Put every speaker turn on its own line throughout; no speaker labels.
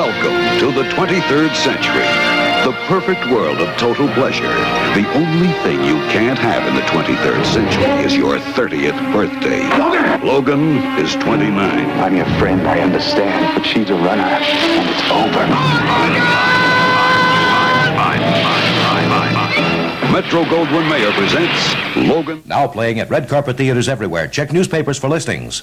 into the 23rd century. The perfect world of total pleasure. The only thing you can't have in the 23rd century is your 30th birthday. Logan! Logan is 29.
I'm your friend, I understand, but she's a runner, and it's over.
Metro Goldwyn Mayer presents Logan.
Now playing at red carpet theaters everywhere. Check newspapers for listings.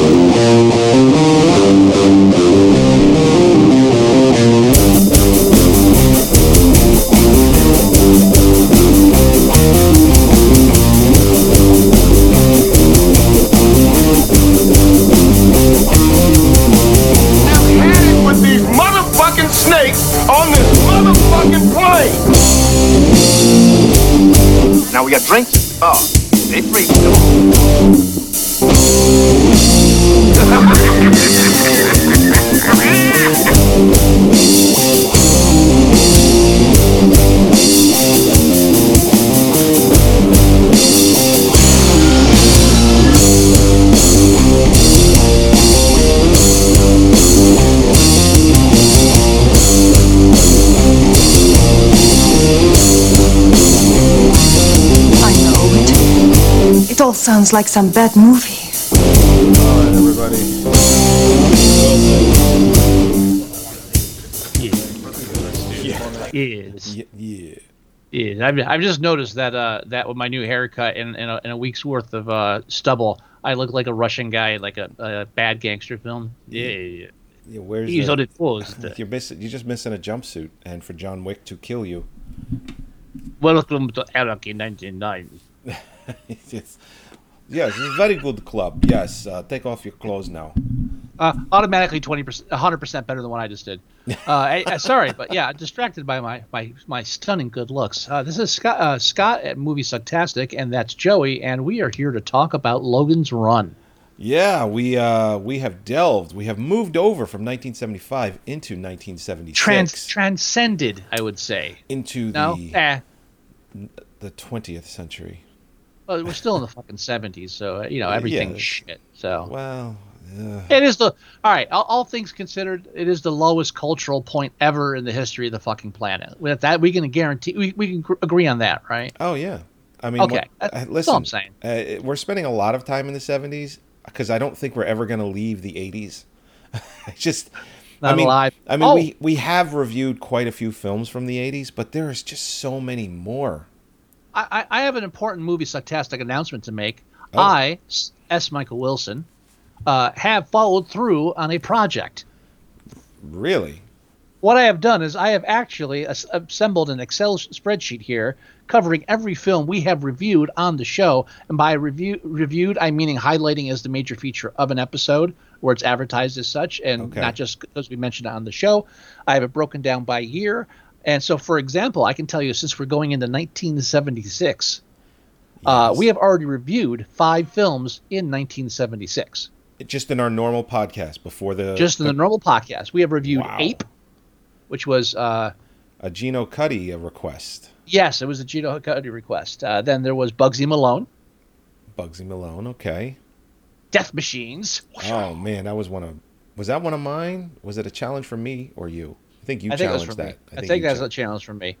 Now had it with these motherfucking snakes on this motherfucking plane. Now we got drinks. Oh, they free too.
I know it. It all sounds like some bad movie.
is. Yeah. Is. I've, I've just noticed that uh that with my new haircut and, and, a, and a week's worth of uh stubble, I look like a Russian guy, like a, a bad gangster film. Yeah, yeah,
Yeah, where's
yeah. He's
the-
on it first.
You're missing. You're just missing a jumpsuit, and for John Wick to kill you,
Welcome to Anarchy 99.
yes, yes, it's a very good club. Yes, uh, take off your clothes now.
Uh, automatically 20%, 100% better than what I just did. Uh, I, I- sorry, but yeah, distracted by my, my, my stunning good looks. Uh, this is Scott, uh, Scott at Movie Sucktastic, and that's Joey, and we are here to talk about Logan's Run.
Yeah, we uh, we have delved. We have moved over from 1975 into 1976
Trans- transcended, I would say.
into
No?
the
Eh.
the 20th century.
Well, we're still in the fucking seventies, so uh, you know everything's
that's-
shit. So
Well, uh,
it is the all right. All, all things considered, it is the lowest cultural point ever in the history of the fucking planet. With that, we can guarantee we, we can gr- agree on that, right?
oh yeah. I mean,
Okay,
what-
that's-
uh,
that's all
listen.
I'm saying.
uh, it- we're spending a lot of time in the 70s because I don't think we're ever going to leave the 80s. I just, I
Not
mean,
alive.
I mean,
Oh.
we we have reviewed quite a few films from the 80s, but there is just so many more.
I, I I have an important movie sarcastic announcement to make.
Oh.
I S. S. Michael Wilson uh, have followed through on a project.
Really,
What I have done is I have actually as- assembled an Excel s- spreadsheet here covering every film we have reviewed on the show. And by review reviewed, I meaning highlighting as the major feature of an episode where it's advertised as such, and
Okay.
not just because we mentioned it on the show. I have it broken down by year. And so, for example, I can tell you since we're going into 1976, uh, we have already reviewed five films in 1976
It- just in our normal podcast before the
just in the normal podcast. We have reviewed
Uh, Wow.
Ape, which was. Uh,
a Gino Cuddy uh, request,
Yes, it was a Gino Hakoda request. Uh, then there was Bugsy Malone,
Bugsy Malone. Okay.
Death Machines.
Oh man, that was one of was that one of mine? Was it a challenge for me or you? I think you
I think that's
challenged
from
that.
me. I, think
you
that's a
challenged-
challenge from me.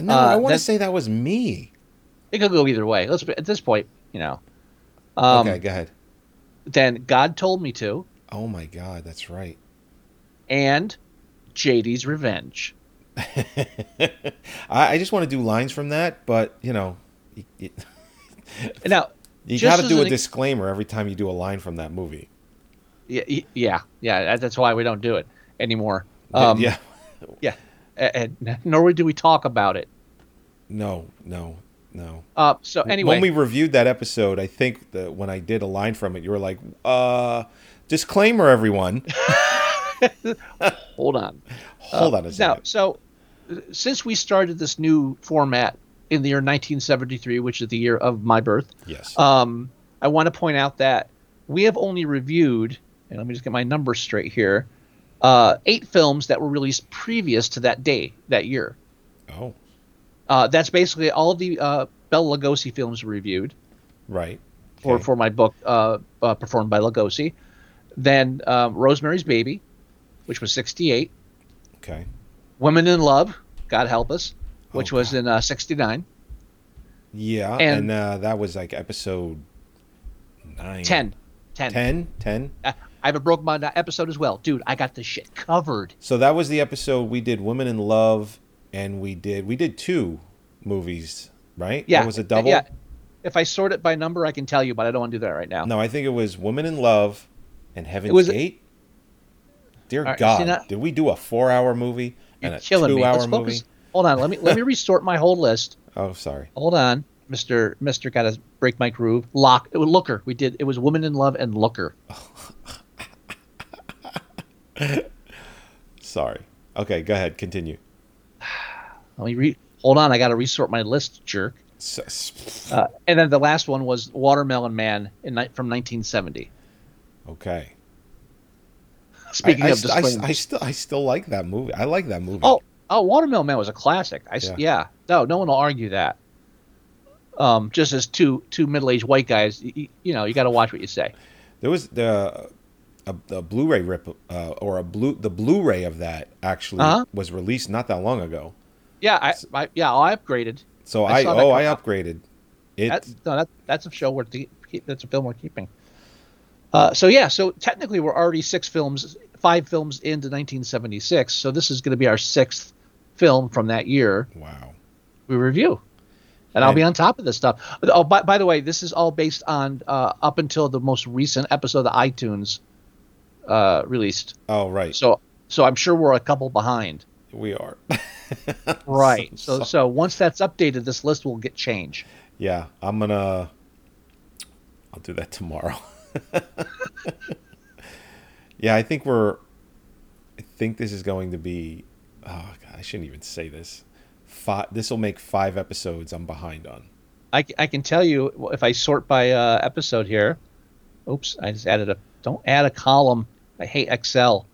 No,
uh,
I want to
that-
say that was me.
It could go either way. Let's be, at this point, you know. Um,
okay, go ahead.
Then God told me to,
Oh my God, that's right.
and JD's Revenge.
I, I just want to do lines from that, but you know, you, you,
Now,
got to
as
do a
an ex-
disclaimer every time you do a line from that movie.
yeah, y- yeah, yeah. that- That's why we don't do it anymore.
Yeah,
Um,
yeah,
yeah. A- And, nor do we talk about it.
no, no, no.
Uh, so anyway,
when we reviewed that episode, I think that when I did a line from it, you were like, "Uh, disclaimer, everyone."
hold on.
Hold on a
Now,
second.
so uh, since we started this new format in the year 1973, which is the year of my birth.
Yes.
Um, I want to point out that we have only reviewed, and let me just get my numbers straight here, uh, eight films that were released previous to that day, that year.
oh,
Uh, that's basically all the uh, Bela Lugosi films reviewed
right.
for,
Okay.
for my book uh, uh, performed by Lugosi. Then um, Rosemary's Baby, which was 68.
okay.
Women in Love, God Help Us, which
Oh,
was
God.
in uh, 69.
Yeah,
And-
and, uh, that was like episode nine.
10. 10.
10? 10?
Uh, I have a broke my episode as well. Dude, I got this shit covered.
So that was the episode we did Women in Love and we did we did two movies, right?
Yeah.
That was a double.
Yeah. If I sort it by number, I can tell you, but I don't want to do that right now.
No, I think it was Women in Love and Heaven's
was-
Gate. Dear
All right, see,
God,
now-
did we do a 4-hour movie and
You're
a
killing me.
2-hour
Let's
movie?
focus. Hold on. Let me let me resort my whole list.
Oh, sorry.
Hold on, Mister Mister. Got to break my groove. Lock. It was Looker. We did. It was Woman in Love and Looker.
Sorry. Okay, go ahead. Continue.
Let me re. Hold on. I got to resort my list, jerk.
S- s-
Uh, and then the last one was Watermelon Man in ni- from 1970.
Okay.
Speaking
I, I,
of
st- I, st-
disclaimers.
I still I still like that movie. I like that movie.
Oh, oh, Watermelon Man was a classic. I s-
Yeah.
yeah. No, no one will argue that. Um, just as two two middle aged white guys, y- y- you know, you got to watch what you say.
There was the a, a Blu-ray rip uh, or a blue the Blu-ray of that actually
Uh-huh.
was released not that long ago.
Yeah, I, I yeah, I upgraded.
So I,
I saw that
oh
come
I
up.
upgraded it.
That's no, that, that's a show we're to keep, that's a film we're keeping. Uh, so yeah, so technically we're already six films, five films into 1976. So this is going to be our sixth film from that year.
wow.
we review. And I'll
And-
be on top of this stuff. Oh, by, by the way, this is all based on uh, up until the most recent episode of iTunes uh, released.
Oh right.
So, so I'm sure we're a couple behind.
we are.
Right. So, so, once that's updated, this list will get changed.
yeah, I'm going to I'll do that tomorrow. yeah, I think we're I think this is going to be oh god, I shouldn't even say this. Five, this will make 5 episodes I'm behind on.
I, c- I can tell you if I sort by uh, episode here. Oops, I just added a. Don't add a column. I hate Excel.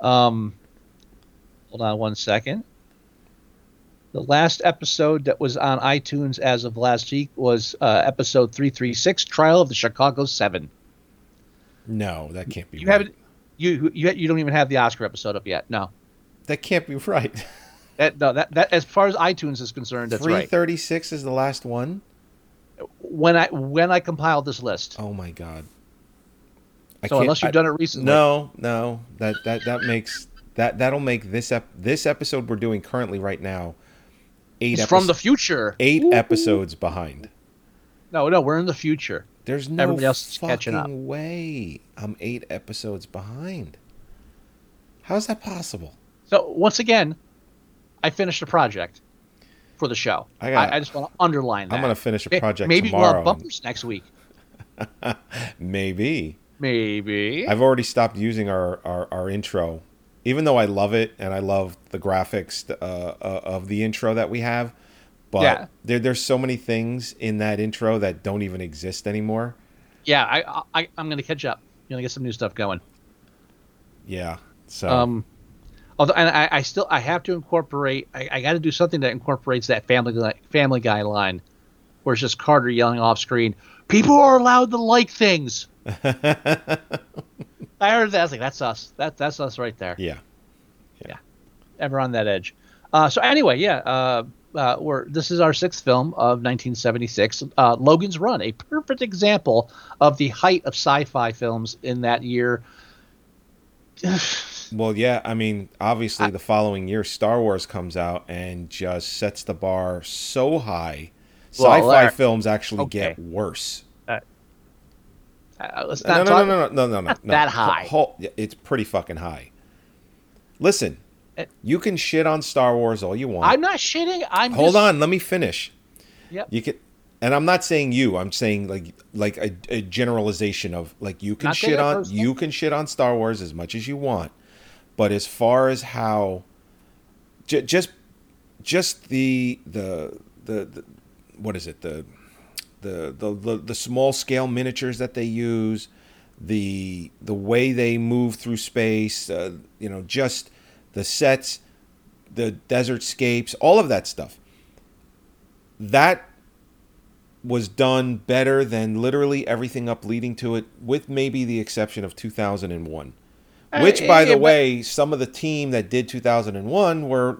Um, hold on one second. The last episode that was on iTunes as of last week was uh, episode 336, Trial of the Chicago 7.
No, that can't be
You
right.
haven't. You, you you don't even have the Oscar episode up yet. No,
That can't be right.
that no that, that as far as iTunes is concerned, that's
Three
right.
thirty-six is the last one.
When I when I compiled this list,
Oh my god! I
so
can't-
unless you've
I-
done it recently,
no, no, that that that makes that that'll make this ep- this episode we're doing currently right now eight
It's
episo-
from the future.
eight episodes behind.
No, no, we're in the future.
There's no
Everybody else is
fucking
catching up.
way I'm eight episodes behind. How's that possible?
So once again, I finished a project for the show.
I
I,
got-
I, just want to underline that.
I'm gonna finish a
May-
project
Maybe we'll
tomorrow.
have bumpers next week.
Maybe
Maybe.
I've already stopped using our, our, our intro, even though I love it and I love the graphics uh, uh, of the intro that we have. But
Yeah.
there, there's so many things in that intro that don't even exist anymore.
yeah, I, I, I'm gonna catch up. You're gonna get some new stuff going.
Yeah. So
Um, although, and I, I still, I have to incorporate. I, I got to do something that incorporates that Family Guy, Family Guy line, where it's just Carter yelling off screen, "People are allowed to like things." I heard that. I was like, "That's us. That that's us right there."
yeah.
Ever on that edge. Uh, so anyway, yeah. Uh, uh, we're, this is our sixth film of 1976, uh, Logan's Run, a perfect example of the height of sci-fi films in that year.
Well, yeah. I mean, obviously, the following year, Star Wars comes out and just sets the bar so high.
Well,
Sci-fi
all right.
films actually get
Okay.
worse.
Uh, let's
No,
not
no,
talk-
no, no, no, no, no, no.
that high.
Ho- ho- it's pretty fucking high. Listen,
It-
you can shit on Star Wars all you want.
Uh, I'm not shitting. I'm
Hold
just-
on, let me finish.
Yep.
You can, and I'm not saying you. I'm saying like like a, a generalization of like you can
Not taking
shit
it
on
personal.
you can shit on Star Wars as much as you want, but as far as how, j- just just the the the, the what is it the the, the the the small scale miniatures that they use the the way they move through space uh, you know just the sets the desert scapes all of that stuff that was done better than literally everything up leading to it with maybe the exception of 2001 which
Uh,
by
yeah,
the
but-
way some of the team that did 2001 were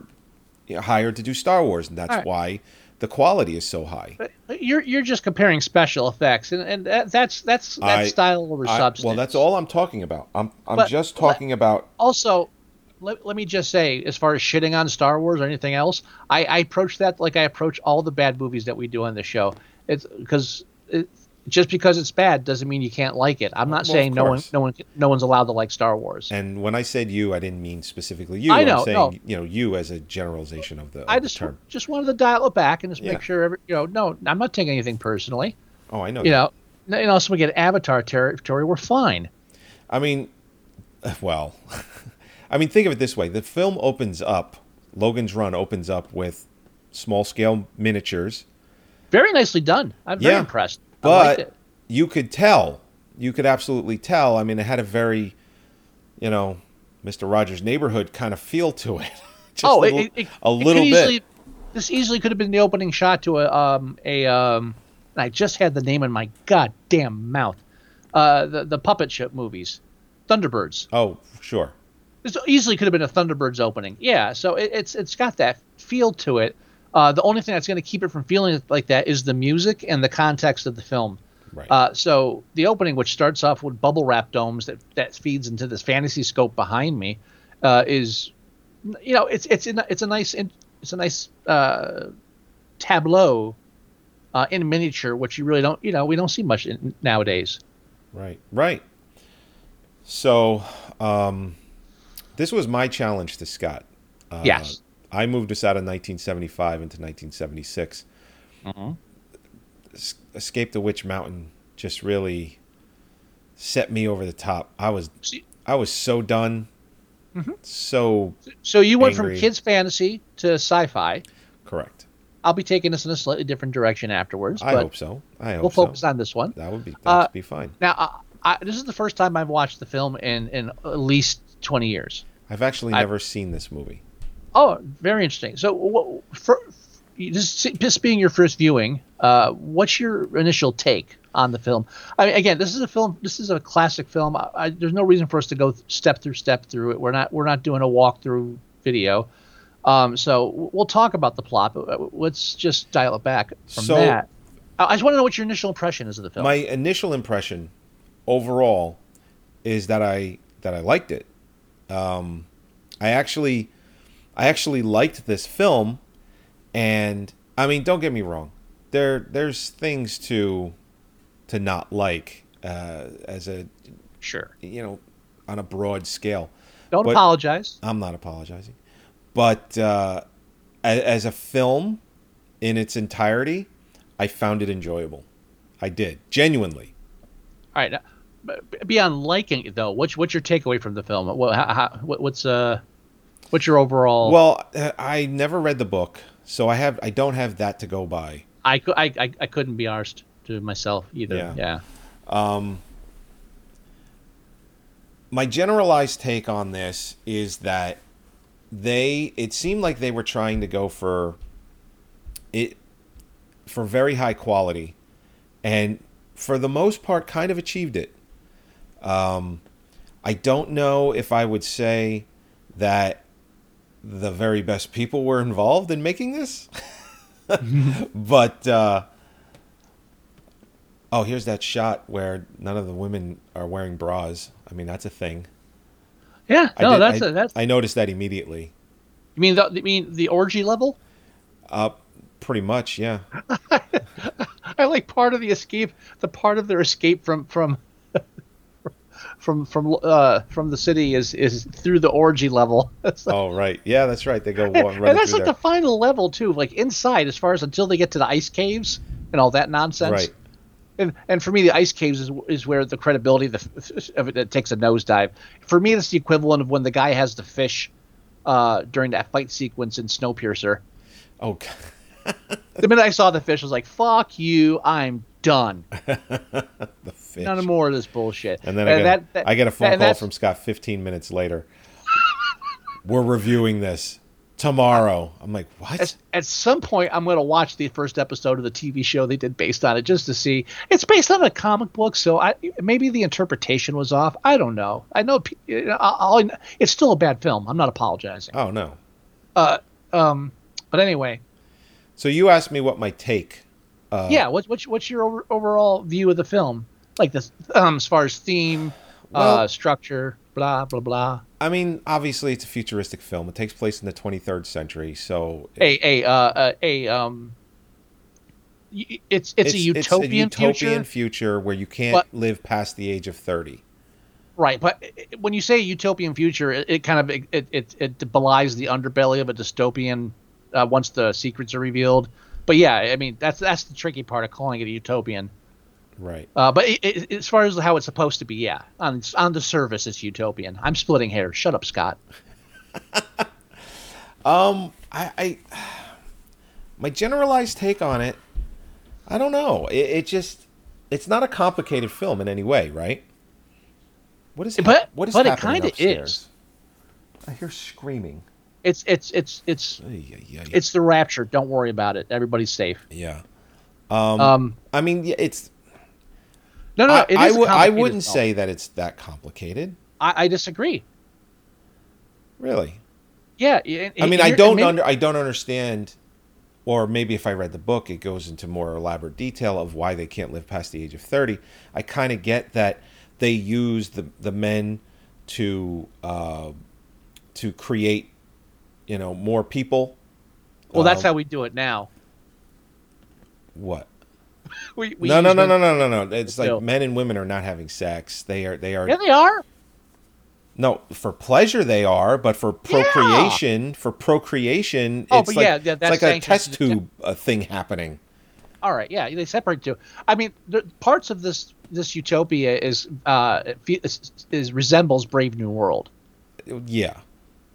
you know, hired to do Star Wars, and that's
All right.
why the quality is so high.
You're you're just comparing special effects, and and that, that's that's that's
I-
style over
I-
substance.
well, that's all I'm talking about. I'm I'm
But-
just talking about
Also, let, let me just say, as far as shitting on Star Wars or anything else, I, I approach that like I approach all the bad movies that we do on the show. It's because it, just because it's bad doesn't mean you can't like it. I'm not
Well,
saying
of
no one
course.
no one no one's allowed to like Star Wars.
and when I said you, I didn't mean specifically you.
I
am
know,
saying
no.
you know you as a generalization of the, of
I
the
just
term.
just wanted to dial it back and just
Yeah.
make sure every you know no I'm not taking anything personally.
Oh, I know.
You know, n- and also we get Avatar territory. We're fine.
I mean, well, I mean, think of it this way: the film opens up, Logan's Run opens up with small scale miniatures.
Very nicely done. I'm very
Yeah.
impressed. I liked
but
it.
you could tell you could absolutely tell i mean it had a very you know mr rogers neighborhood kind of feel to it Just
oh,
a little,
it, it,
a
it could
little bit
Easily, this easily could have been the opening shot to a um a um. and I just had the name in my goddamn mouth. Uh, the the puppet show movies, Thunderbirds.
oh sure
This easily could have been a Thunderbirds opening. Yeah, so it, it's it's got that feel to it. Uh, the only thing that's going to keep it from feeling like that is the music and the context of the film.
right
Uh, so the opening, which starts off with bubble wrap domes that, that feeds into this fantasy scope behind me, uh, is, you know, it's it's a, it's a nice in- it's a nice uh, tableau uh, in miniature, which you really don't you know we don't see much in, nowadays.
right right so um this was my challenge to scott uh,
yes,
I moved us out of 1975 into 1976.
Mm-hmm.
Es- Escape the Witch Mountain just really set me over the top. I was
See-
I was so done.
Mm-hmm.
So
so you went
Angry.
from kids fantasy to sci-fi.
correct.
I'll be taking this in a slightly different direction afterwards,
I
but
hope so. I hope
we'll focus
so.
on this one.
That would be that
Uh,
would be fine.
Now, I, I, this is the first time I've watched the film in in at least twenty years.
I've actually
I-
never seen this movie.
Oh, very interesting. So, what, for, this, this being your first viewing, uh, what's your initial take on the film? I mean, again, this is a film. This is a classic film. I, I, there's no reason for us to go th- step through step through it. We're not we're not doing a walkthrough video. Um, so w- we'll talk about the plot, but uh, let's just dial it back from
So-
that. I I just want to know what your initial impression is of the film.
My initial impression overall is that I that I liked it. Um, I actually I actually liked this film and I mean don't get me wrong. There there's things to to not like uh, as a
sure.
you know on a broad scale.
Don't
but-
apologize.
I'm not apologizing. But uh, a- as a film in its entirety, I found it enjoyable. I did. Genuinely.
All right. now, b- Beyond liking it, though, what's what's your takeaway from the film? What, how, how, what what's uh, what's your overall?
Well, uh, I never read the book, so I have I don't have that to go by.
I, cou- I, I, I couldn't be arsed to myself either.
Yeah.
Yeah.
My generalized take on this is that they it seemed like they were trying to go for it for very high quality and for the most part kind of achieved it. Um I don't know if I would say that the very best people were involved in making this. but uh Oh, here's that shot where none of the women are wearing bras. I mean, that's a thing.
Yeah.
I
No,
did-
that's
I-
a, that's.
I noticed that immediately.
you mean the you mean the orgy level?
Pretty much, yeah.
I like part of the escape, the part of their escape from from from from uh from the city is is through the orgy level. It's like-
Oh, right. Yeah, that's right. They go one
and
running
that's
through
like
there.
the final level too, like inside as far as until they get to the ice caves and all that nonsense.
right.
And, and for me, the ice caves is, is where the credibility of, the, of it, it takes a nosedive. For me, it's the equivalent of when the guy has the fish uh, during that fight sequence in Snowpiercer.
Oh, God.
The minute I saw the fish, I was like, "Fuck you! I'm done.
the fish.
None more of this bullshit."
And then I get,
that- that-
I get a phone
and
call
that's-
from Scott 15 minutes later. We're reviewing this tomorrow. I'm like, what?
At, at some point, I'm going to watch the first episode of the TV show they did based on it just to see. It's based on a comic book, so I maybe the interpretation was off. I don't know. I know. pe- you know, I- I'll, it's still a bad film. I'm not apologizing.
Oh, no.
But anyway,
So you asked me what my take.
yeah. What, what's what's your over, overall view of the film? Like this, um, as far as theme, uh, structure, blah blah blah.
I mean, obviously, it's a futuristic film. It takes place in the 23rd century, so
A a uh, uh, a um. y- It's it's, a utopian, future.
utopian future where you can't
But-
live past the age of 30.
Right, but i- i- when you say utopian future, it, it kind of it, it it belies the underbelly of a dystopian. Uh, once the secrets are revealed, but yeah, I mean that's that's the tricky part of calling it a utopian.
Right.
Uh, but i i as far as how it's supposed to be, yeah, on on the surface, it's utopian. I'm splitting hairs. Shut up, Scott.
I, I my generalized take on it, I don't know. It, it just it's not a complicated film in any way, right? What is hap-
But-
what is
but it
happening
kinda
upstairs? I hear screaming.
It's it's it's it's
Yeah, yeah,
it's the rapture. Don't worry about it. Everybody's safe.
yeah.
Um,
I mean, yeah, it's
no, no,
I
no, it
I
is a
would- I
complicated
wouldn't
film.
say that it's that complicated,
I, I disagree.
really.
Yeah, y-
I mean,
and
I
you're-
don't
maybe-
under, I don't understand, or maybe if I read the book, it goes into more elaborate detail of why they can't live past the age of thirty. I kind of get that they use the the men to uh, to create, you know, more people.
Well, that's
um,
how we do it now.
What?
We, we
No, no,
use
no,
men-
no, no, no, no. It's
No.
like men and women are not having sex. They are. They are.
Yeah, they are.
No, for pleasure they are, but for procreation, for procreation,
Oh,
it's
but
like
yeah, yeah,
it's
that's
like a
sanctioned.
test tube uh, thing happening.
All right, yeah, they separate two. I mean, the, parts of this this utopia is uh fe- is, is resembles Brave New World,
Yeah.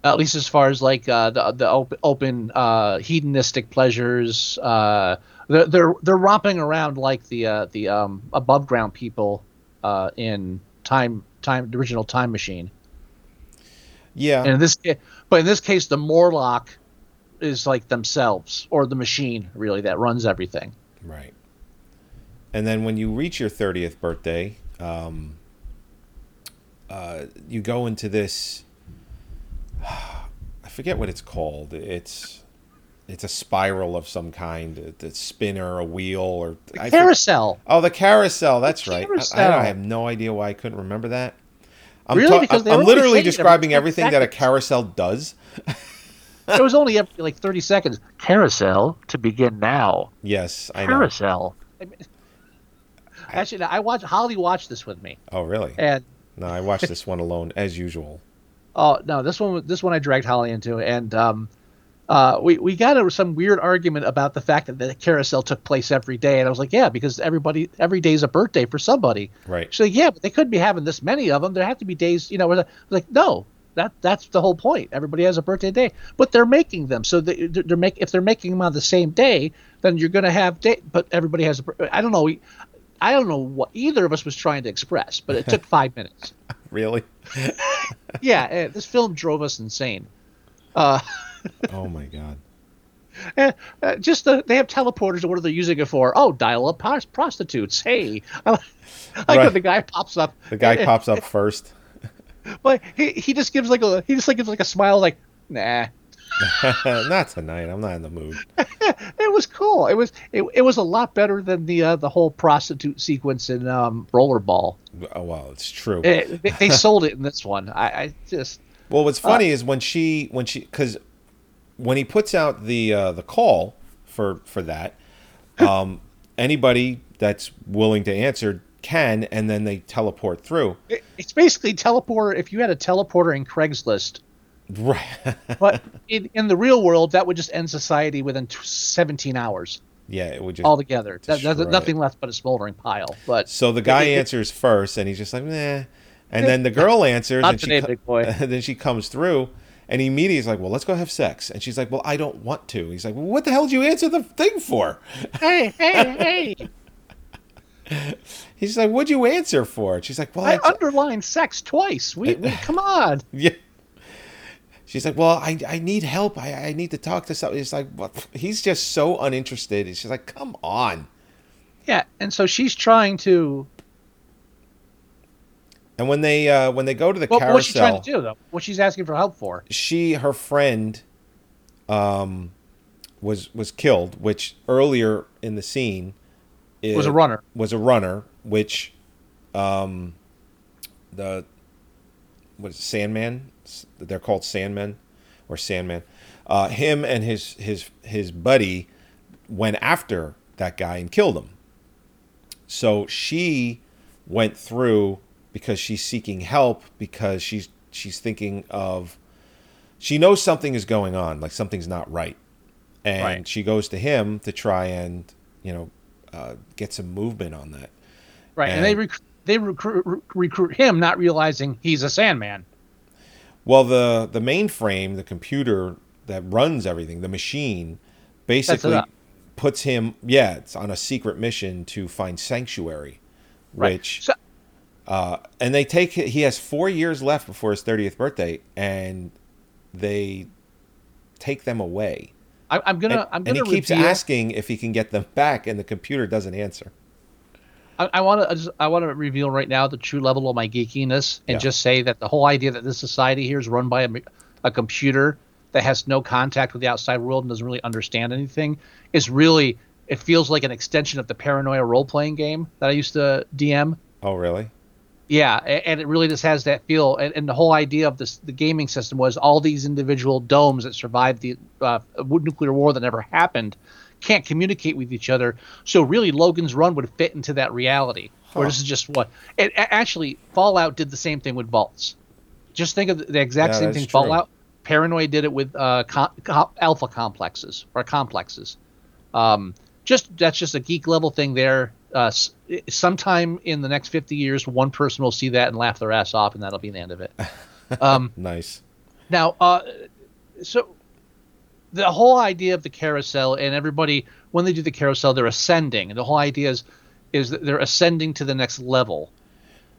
at least as far as like uh, the the open, open uh, hedonistic pleasures. Uh, they're, they're they're romping around like the uh, the um, above ground people uh, in time time the original time machine.
Yeah.
And in this, ca- but in this case, the Morlock is like themselves or the machine really that runs everything.
Right. And then when you reach your 30th birthday, um, uh, you go into this. I forget what it's called. It's it's a spiral of some kind, a, a spinner, a wheel, or I for-
Carousel.
oh, the carousel. That's right. I- I,
carousel.
don't- I have no idea why I couldn't remember that. I'm,
Really?
ta-
Because they
I'm
only say it
literally
every
describing
10
everything that a
seconds.
carousel does.
it was only up to, like 30 seconds. Carousel to begin now.
Yes, I know.
Carousel. I mean- Actually, no, I watched Holly watched this with me,
Oh, really?
and
No, I watched this one alone as usual.
oh no, this one this one I dragged Holly into, and um, uh, we we got into some weird argument about the fact that the carousel took place every day, and I was like, yeah, because everybody every day's a birthday for somebody.
Right.
So yeah, but they couldn't be having this many of them. There have to be days, you know, where the, like no, that that's the whole point. Everybody has a birthday day, but they're making them. So they, they're they're make if they're making them on the same day, then you're going to have day. But everybody has a. bir- I don't know. we- I don't know what either of us was trying to express, but it took five minutes.
Really?
Yeah, eh, this film drove us insane.
Oh my god.
Uh, just the, they have teleporters. What are they using it for? Oh, dial up pros- prostitutes. Hey, I like
Right.
when the guy pops up.
The guy
eh,
pops up first.
But he, he just gives like a he just like gives like a smile like nah.
Uh, not tonight. I'm not in the mood.
It was cool. It was it, it was a lot better than the uh, the whole prostitute sequence in um, Rollerball.
Oh wow, it's true.
It, they, they sold it in this one. I, I just
Well,
uh,
what's funny is when she when she because when he puts out the uh, the call for for that, um, anybody that's willing to answer can, and then they teleport through.
it, it's basically teleporter. If you had a teleporter in Craigslist,
Right.
but in, in the real world, that would just end society within t- 17 hours
yeah, it would just
altogether. That,
Destroy
that's
it.
nothing left but a smoldering pile. But
So the guy answers first, and he's just like, "Nah," and then the girl answers,
Not
and she
today,
co-
big boy.
then she comes through, And he immediately is like, well, let's go have sex. And she's like, well, I don't want to. He's like, well, what the hell did you answer the thing for?
Hey, hey, hey!
He's like, what'd you answer for? And she's like, well,
I
I-
underlined sex twice. We, we come on.
Yeah. She's like, well, I, I need help. I, I need to talk to somebody. It's like, well, he's just so uninterested. And she's like, come on.
Yeah, and so she's trying to.
And when they uh, when they go to the
What,
carousel,
what's she trying to do though? What she's asking for help for?
she her friend um was was killed which earlier in the scene it,
Was a runner.
was a runner which um the what is it, sandman S- they're called sandmen or sandman uh him and his his his buddy went after that guy and killed him so she went through because she's seeking help because she's she's thinking of she knows something is going on, like something's not right, and
Right.
she goes to him to try and you know uh, get some movement on that.
Right, and, they
And-
recruit they recruit re- recruit him, not realizing he's a Sandman.
Well, the the mainframe, the computer that runs everything, the machine, basically
up.
puts him yeah, it's on a secret mission to find sanctuary,
Right.
which uh,
So-
and they take he has four years left before his thirtieth birthday, and they take them away.
I, I'm gonna
And,
I'm
and
gonna
he keeps
reveal-
asking if he can get them back, and the computer doesn't answer.
I, I want to I want to reveal right now the true level of my geekiness and
Yeah.
just say that the whole idea that this society here is run by a, m- a computer that has no contact with the outside world and doesn't really understand anything is really it feels like an extension of the paranoia role playing game that I used to DM.
Oh, really?
Yeah, a- and it really just has that feel. And, and the whole idea of this, the gaming system, was all these individual domes that survived the uh, nuclear war that never happened can't communicate with each other. So really, Logan's Run would fit into that reality. Where this is just what. It a- actually Fallout did the same thing with vaults. Just think of the- the exact
Yeah,
same
that's
thing
true.
Fallout. Paranoia did it with uh, com- com- alpha complexes or complexes. Um, just that's just a geek level thing there. Uh, s- sometime in the next 50 years, one person will see that and laugh their ass off, and that'll be the end of it.
Nice.
Now, uh, so the whole idea of the carousel and everybody when they do the carousel, they're ascending, and the whole idea is is that they're ascending to the next level,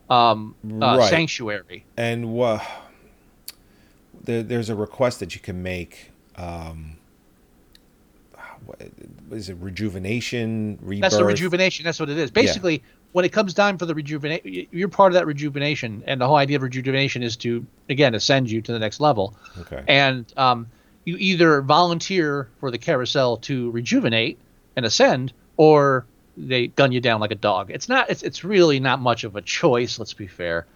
um, uh,
Right.
sanctuary.
And uh, there, there's a request that you can make. Um, what is it rejuvenation? Rebirth?
That's the rejuvenation. That's what it is. Basically, when it comes time for the rejuvenation, you're part of that rejuvenation, and the whole idea of rejuvenation is to again ascend you to the next level.
Okay.
And um, you either volunteer for the carousel to rejuvenate and ascend, or they gun you down like a dog. It's not. It's it's really not much of a choice. Let's be fair.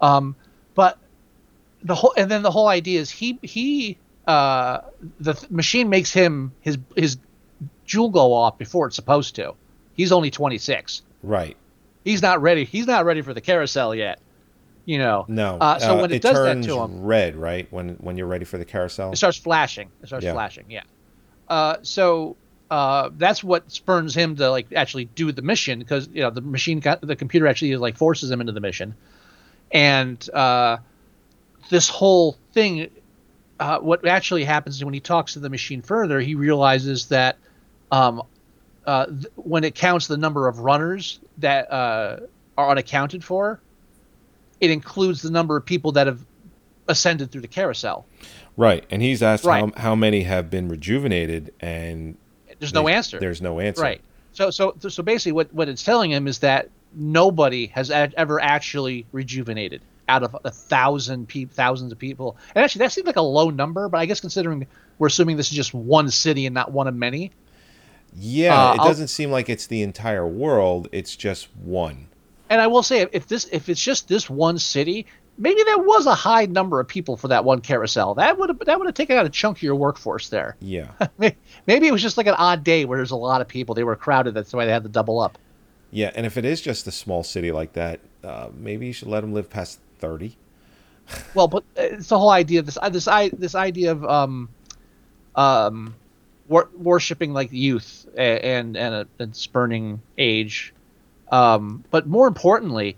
Um, but the whole and then the whole idea is he he uh, the th- machine makes him his his jewel go off before it's supposed to. He's only 26.
Right.
He's not ready. He's not ready for the carousel yet. You know.
No.
Uh, so when it, does
turns
that to him,
red, right? When when you're ready for the carousel.
it starts flashing. It starts
Yeah.
flashing. Yeah. Uh, so uh, that's what spurns him to like actually do the mission because you know the machine, got, the computer actually like forces him into the mission, and uh, this whole thing. Uh, what actually happens is when he talks to the machine further, he realizes that um, uh, th- when it counts the number of runners that uh, are unaccounted for, it includes the number of people that have ascended through the carousel.
Right. And he's asked
Right.
how how many have been rejuvenated, and
There's no
they-
answer.
There's no answer.
Right. So so so basically, what what it's telling him is that nobody has a- ever actually rejuvenated out of a thousand pe- thousands of people. And actually, that seems like a low number, but I guess considering we're assuming this is just one city and not one of many.
Yeah.
Uh,
it
I'll-
doesn't seem like it's the entire world. It's just one.
And I will say, if this if it's just this one city, maybe there was a high number of people for that one carousel. That would have that would have taken out a chunk of your workforce there.
Yeah.
May- Maybe it was just like an odd day where there's a lot of people. They were crowded. That's why they had to double up.
Yeah, and if it is just a small city like that, uh, maybe you should let them live past thirty.
Well, but uh, it's the whole idea of this uh, this i this idea of um, um, wor- worshiping like youth a- uh, and and, a, and spurning age, um, but more importantly,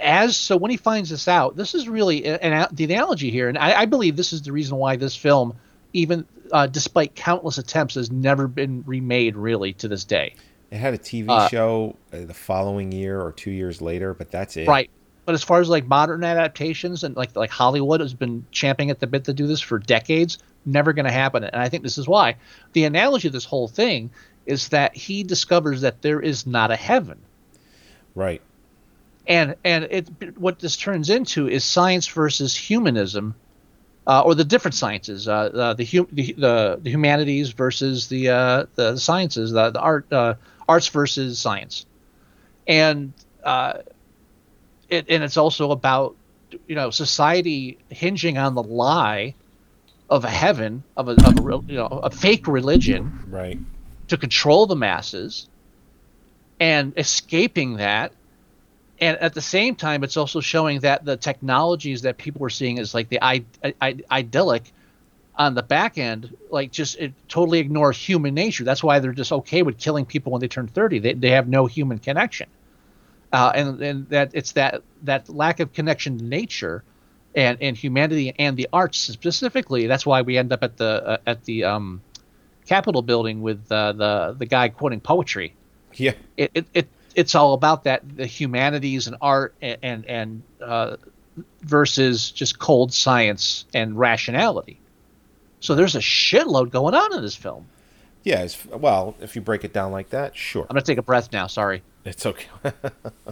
as so when he finds this out this is really an, an the analogy here and I, I believe this is the reason why this film even uh, despite countless attempts has never been remade really to this day
It had a TV show uh, the following year or two years later, but that's it.
right but as far as like modern adaptations and like like hollywood has been champing at the bit to do this for decades never going to happen and i think this is why the analogy of this whole thing is that he discovers that there is not a heaven
Right.
and and it what this turns into is science versus humanism, uh, or the different sciences, uh, uh, the, hum- the the the humanities versus the uh, the sciences, the, the art uh, arts versus science, and uh, it and it's also about you know society hinging on the lie of a heaven of a, of a real, you know a fake religion
Right.
to control the masses and escaping that and at the same time it's also showing that the technologies that people are seeing is like the I- I- idyllic on the back end like just it totally ignore human nature that's why they're just okay with killing people when they turn 30 they, they have no human connection uh, and and that it's that that lack of connection to nature and and humanity and the arts specifically that's why we end up at the uh, at the um Capitol building with uh, the the guy quoting poetry.
Yeah.
It, it, it it's all about that the humanities and art and and, and uh, versus just cold science and rationality. So there's a shitload going on in this film.
Yeah. It's, well, if you break it down like that, sure.
I'm gonna take a breath now. Sorry.
It's okay.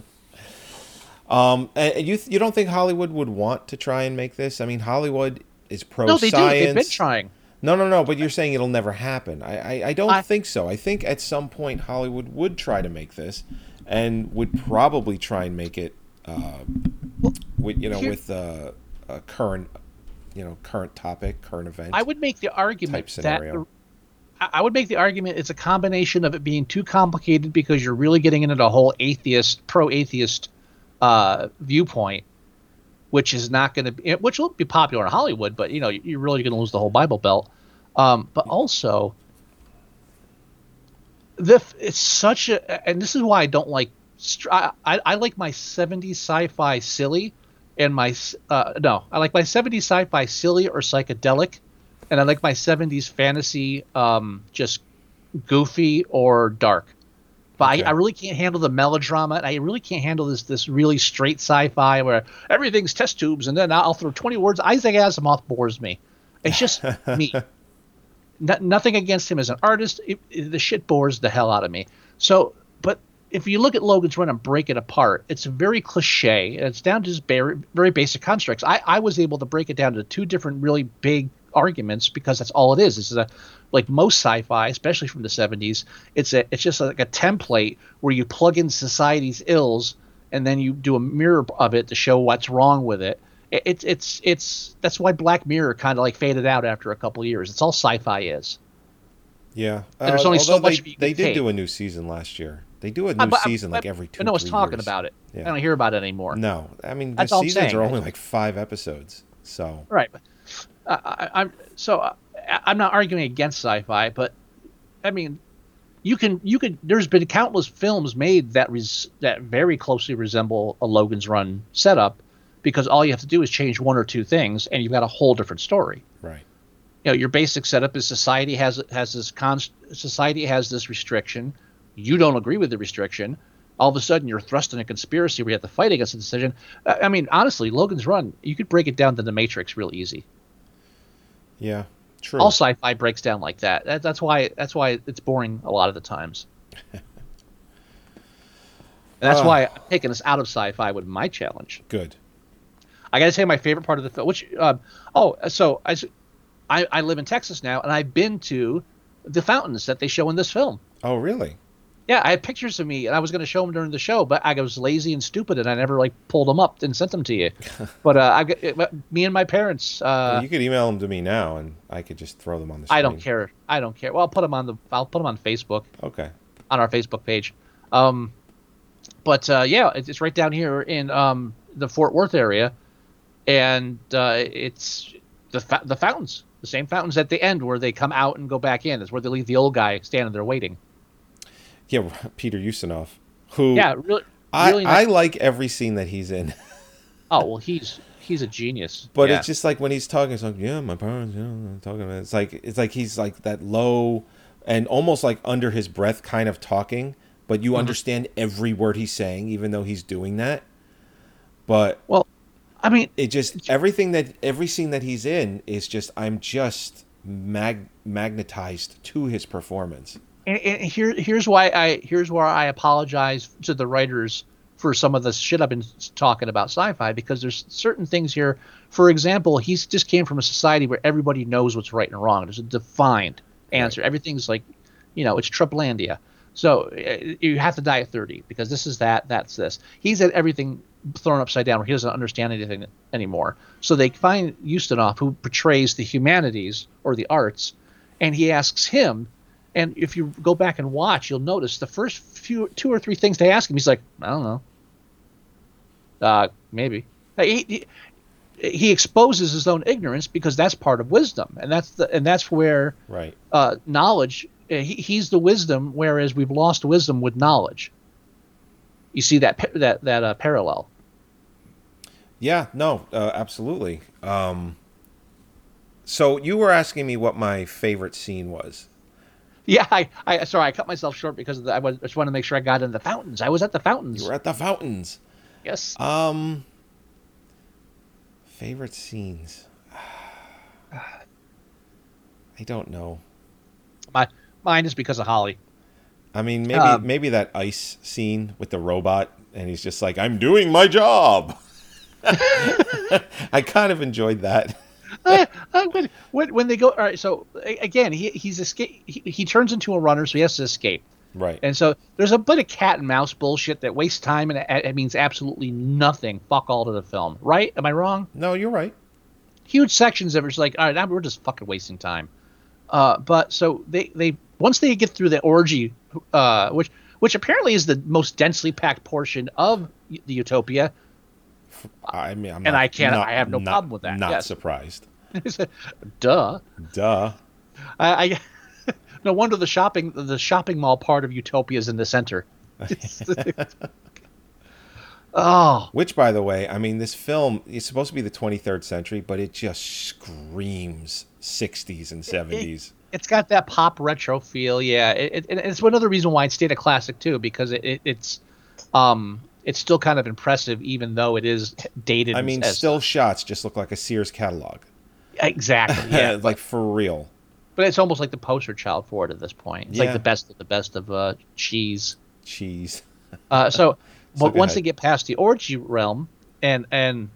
um, and and you th- you don't think Hollywood would want to try and make this? I mean, Hollywood is pro
No, they do.
science.
They've been trying.
No, no, no. But you're saying it'll never happen. I, I, I don't
I-
think so. I think at some point Hollywood would try to make this, and would probably try and make it, uh, with you know,
here-
with uh, a current, you know, current topic, current event.
I would make the argument
Type
that
scenario.
I I would make the argument it's a combination of it being too complicated because you're really getting into the whole atheist, pro atheist uh, viewpoint, which is not going to be, which will be popular in Hollywood, but you know, you're really going to lose the whole Bible Belt. Um, but also, the f- it's such a and this is why I don't like str- I, I I like my 70s sci-fi silly and my s- uh no I like my 70s sci-fi silly or psychedelic and I like my 70s fantasy um just goofy or dark but I, I really can't handle the melodrama and I really can't handle this this really straight sci-fi where everything's test tubes and then I'll throw 20 words Isaac Asimov bores me it's just me no, nothing against him as an artist. It, it- the shit bores the hell out of me. So, but if you look at Logan's Run and break it apart, it's very cliche. It's down to just very, very basic constructs. I, I was able to break it down to two different really big arguments because that's all it is. This is a like most sci-fi, especially from the 70s. It's a it's just like a template where you plug in society's ills and then you do a mirror of it to show what's wrong with it. It- It's it's it's that's why Black Mirror kind of like faded out after a couple years. It's all sci-fi is.
Yeah, Uh,
there's only so
although
much
They,
you can
they did
take.
do a new season last year. They do a new
Uh, but I-
season like
but-
every two.
but no one's
three
talking
years.
about it.
Yeah.
I don't hear about it anymore.
No, I mean the
That's all I'm
seasons are
saying.
only like five episodes. So
Right. but, uh, I, I'm so uh, I, I'm not arguing against sci-fi, but I mean, you can you could. There's been countless films made that res, that very closely resemble a Logan's Run setup, because all you have to do is change one or two things, and you've got a whole different story.
right,
you know your basic setup is society has has this con- society has this restriction you don't agree with the restriction all of a sudden you're thrust in a conspiracy where you have to fight against the decision i I mean honestly logan's run you could break it down to the matrix real easy
yeah, true.
all sci-fi breaks down like that, that that's why that's why it's boring a lot of the times and that's
Ah.
why i'm taking us out of sci-fi with my challenge
good.
I got to say my favorite part of the film, which um, oh, so I, s- I- I live in Texas now, and I've been to the fountains that they show in this film.
Oh really?
Yeah, I had pictures of me, and I was going to show them during the show, but I was lazy and stupid, and I never like pulled them up and sent them to you. but uh, I, got- it- but me and my parents, uh,
you could email them to me now, and I could just throw them on the. Screen.
I don't care. I don't care. Well, I'll put them on the, I'll put them on Facebook
Okay.
on our Facebook page. Um, but uh, yeah, it's it's right down here in um, the Fort Worth area, and uh, it's the fa- the fountains, the same fountains at the end where they come out and go back in. Is where they leave the old guy standing there waiting.
Yeah, Peter Ustinov, who
Yeah, really.
I,
Really
I
nice-
like every scene that he's in,
Oh well, he's he's a genius.
but
Yeah.
it's just like when he's talking, it's like yeah, my parents, yeah, I'm talking about. it." It's like it's like he's like that low and almost like under his breath kind of talking, but
Mm-hmm.
you understand every word he's saying, even though he's doing that. But
well, I mean,
it just everything that every scene that he's in is just I'm just mag- magnetized to his performance.
and, and here here's why I here's where I apologize to the writers for some of the shit I've been s- talking about sci-fi because there's certain things here. For example, he's just came from a society where everybody knows what's right and wrong. There's a defined answer. Everything's like, you know, it's Triplandia. So uh, you have to die at 30 because this is that, that's this. He's had everything thrown upside down where he doesn't understand anything anymore. So they find Ustinov, who portrays the humanities or the arts, and he asks him and if you go back and watch, you'll notice the first few two or three things they ask him, he's like, I don't know. Uh, maybe. He, he- he exposes his own ignorance because that's part of wisdom, and that's the and that's where
Right.
uh, knowledge. uh, He, he's the wisdom, whereas we've lost wisdom with knowledge. You see that pa- that that uh, parallel.
Yeah, no, uh, absolutely. Um, so you were asking me what my favorite scene was.
Yeah, I, I sorry, I cut myself short because of the, I, was, I just wanted to make sure I got in the fountains. I was at the fountains.
You were at the fountains.
Yes.
Um, favorite scenes. I don't know.
My mine is because of Holly.
I mean, maybe
Um,
maybe that ice scene with the robot, and he's just like, "I'm doing my job." I kind of enjoyed that.
I- I would- when, Oh, when they go, all right. So a- again, he he's escape. He, he turns into a runner, so he has to escape.
Right.
And so there's a bit of cat and mouse bullshit that wastes time and it, it means absolutely nothing. Fuck all to the film, right? Am I wrong?
no, you're right.
Huge sections of it's like, all right, now we're just fucking wasting time. Uh, but so they they once they get through the orgy, uh, which which apparently is the most densely packed portion of the Utopia.
I mean, I'm
And
not-
I can't-
not-
I have no
not-
problem with that,
Not
yes.
surprised.
Duh.
Duh.
I, I no wonder the shopping the shopping mall part of Utopia is in the center. oh
Which, by the way, I mean, this film is supposed to be the 23rd century, but it just screams 60s and 70s.
it's got that pop retro feel. Yeah, it, it, and it's another reason why it stayed a classic too, because it, it, it's um it's still kind of impressive, even though it is dated.
I mean,
as-
still shots just look like a Sears catalog.
exactly. Yeah,
like for real.
but it's almost like the poster child for it at this point. It's
Yeah.
like the best of the best of uh, cheese.
Cheese.
Uh, so, but
go
once
ahead.
they get past the orgy realm, and and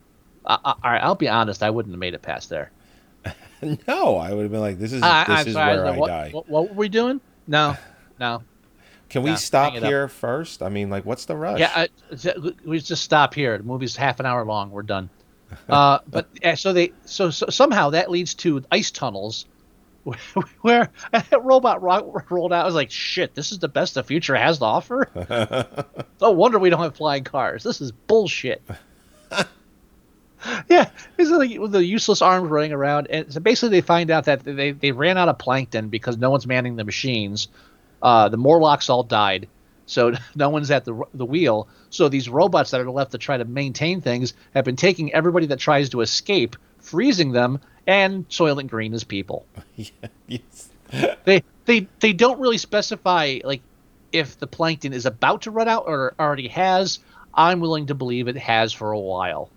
I, I, all right, I'll be honest, I wouldn't have made it past there.
No, I would have been like, this is,
I,
this
I'm
is
sorry,
where
I
I,
was like, what,
die.
What, what were we doing? No, no.
Can we
nah,
stop
hang it up.
here first? I mean, like, what's the rush?
Yeah, I, we just stop here. The movie's half an hour long. We're done. Uh, but uh, so they so, so somehow that leads to ice tunnels, where, where that robot ro- rolled out. I was like, shit, this is the best the future has to offer. no wonder we don't have flying cars. This is bullshit. yeah, this is like with the useless arms running around, and so basically they find out that they they ran out of plankton because no one's manning the machines. Uh, the Morlocks all died, so no one's at the the wheel. So these robots that are left to try to maintain things have been taking everybody that tries to escape, freezing them, and soiling green as people
Yes.
they they they don't really specify like if the plankton is about to run out or already has. I'm willing to believe it has for a while.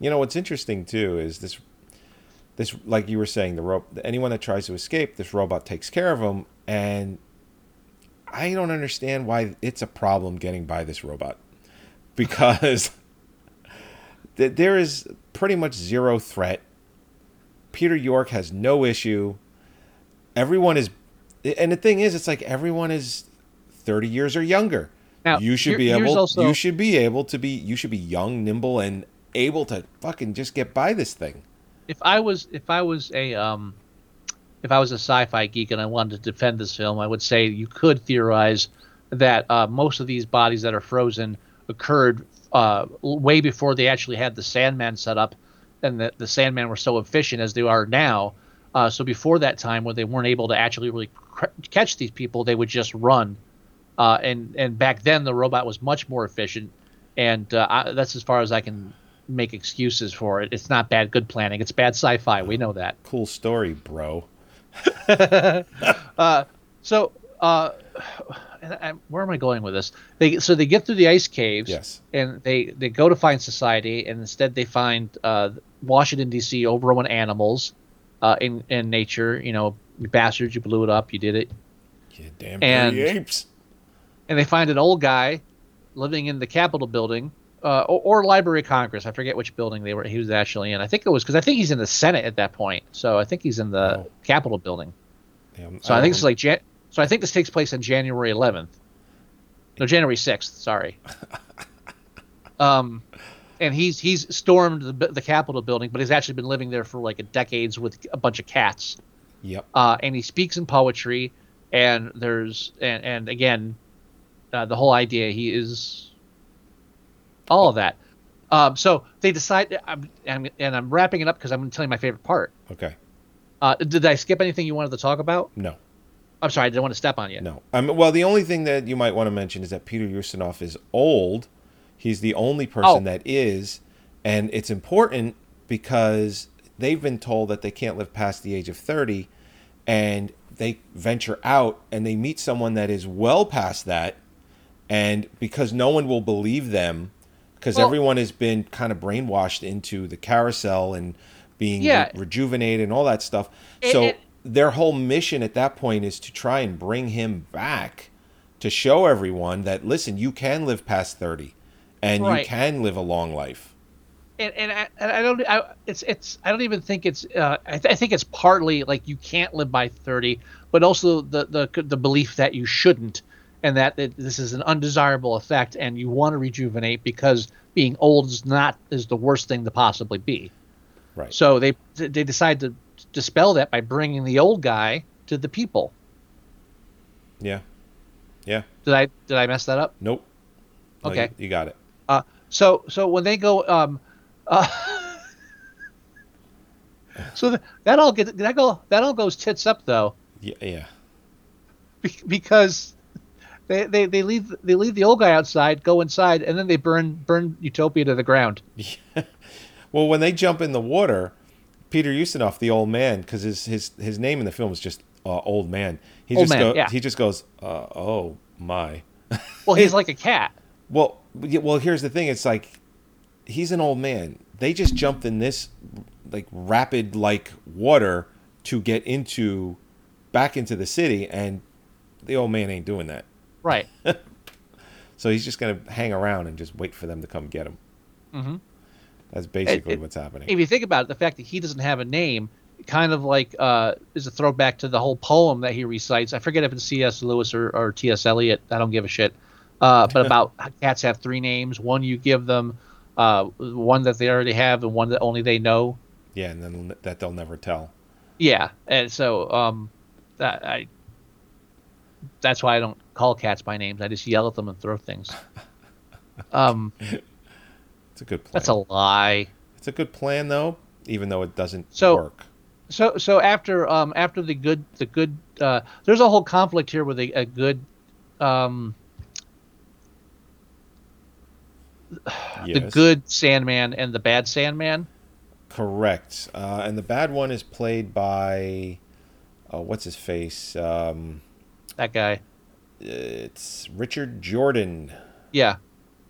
You know what's interesting too is this, this like you were saying, the rope. Anyone that tries to escape, this robot takes care of them, and I don't understand why it's a problem getting by this robot, because th- there is pretty much zero threat. Peter York has no issue. Everyone is, and the thing is, it's like everyone is thirty years or younger.
Now,
you should
here-
be
here's
able.
also-
you should be able to be. You should be young, nimble, and able to fucking just get by this thing.
If I was if I was a um if I was a sci-fi geek and I wanted to defend this film, I would say you could theorize that uh, most of these bodies that are frozen occurred uh, l- way before they actually had the Sandman set up, and that the Sandman were so efficient as they are now. Uh, so before that time, when they weren't able to actually really cr- catch these people, they would just run. Uh, and and back then, the robot was much more efficient. and uh, I, that's as far as I can make excuses for it. It's not bad good planning. It's bad sci-fi. We know that.
Cool story, bro.
So, uh, and I, where am I going with this? They so they get through the ice caves,
Yes.
and they they go to find society, and instead they find uh, Washington D.C. overrun animals, uh, in in nature. You know, you bastards, you blew it up, you did it,
You damn
And-
dirty apes.
and they find an old guy living in the Capitol building. Uh, or, or Library of Congress. I forget which building they were. He was actually in. I think it was because I think he's in the Senate at that point. So I think he's in the
Oh.
Capitol building.
Yeah, I'm-
So I, think
I'm-
it's like Jan- so I think this takes place on January 11th. No, January 6th. Sorry. um, and he's he's stormed the, the Capitol building, but he's actually been living there for like a decades with a bunch of cats.
Yep.
Uh, and he speaks in poetry, and there's and and again, uh, the whole idea he is all of that. Um, so they decide. I'm, I'm, and I'm wrapping it up because I'm going to tell you my favorite part.
Okay.
Uh, did I skip anything you wanted to talk about?
No.
I'm sorry, I didn't want to step on you.
No. I mean, well, the only thing that you might want to mention is that Peter Ustinov is old. He's the only person
Oh.
that is, and it's important because they've been told that they can't live past the age of 30 and they venture out and they meet someone that is well past that and because no one will believe them because
Well-
everyone has been kind of brainwashed into the carousel and being re-
Yeah.
rejuvenated and all that stuff so
it-
their whole mission at that point is to try and bring him back to show everyone that listen you can live past 30 and you
Right.
can live a long life
And, and, I, and I don't I, it's it's I don't even think it's uh, I, th- I think it's partly like you can't live by 30 but also the the, the belief that you shouldn't and that it, this is an undesirable effect and you want to rejuvenate because being old is not is the worst thing to possibly be
right
so they they decide to dispel that by bringing the old guy to the people
yeah yeah
did I did I mess that up
nope No, you-
Okay.
you, got it
Uh, so so when they go, um, uh, so th- that all get that go that all goes tits up though
yeah yeah
be- because they, they, they leave they leave the old guy outside, go inside, and then they burn burn Utopia to the ground.
well when they jump in the water peter ustinov the old man because his, his his name in the film is just uh, old man he
Old
just
man,
go-
yeah.
he just goes uh, oh my
Well, he's like a cat.
Well, yeah, well, here's the thing. It's like he's an old man. They just jumped in this like rapid like water to get into back into the city, and the old man ain't doing that.
Right.
So he's just gonna hang around and just wait for them to come get him. Mm-hmm. That's basically
it-
what's happening.
if you think about it, the fact that he doesn't have a name kind of like uh, is a throwback to the whole poem that he recites. I forget if it's C.S. Lewis or, or T.S. Eliot. I don't give a shit. Uh, but about how cats have three names. One you give them, uh, one that they already have, and one that only they know.
yeah, and then that they'll never tell.
Yeah, and so um, that I. That's why I don't call cats by names. I just yell at them and throw things. Um,
It's a good plan.
that's a lie.
It's a good plan though, even though it doesn't
So-
work.
so so after um after the good the good uh there's a whole conflict here with a, a good um
Yes.
the good sandman and the bad sandman
Correct. Uh, and the bad one is played by, uh, what's his face? Um,
that guy
it's Richard Jordan.
yeah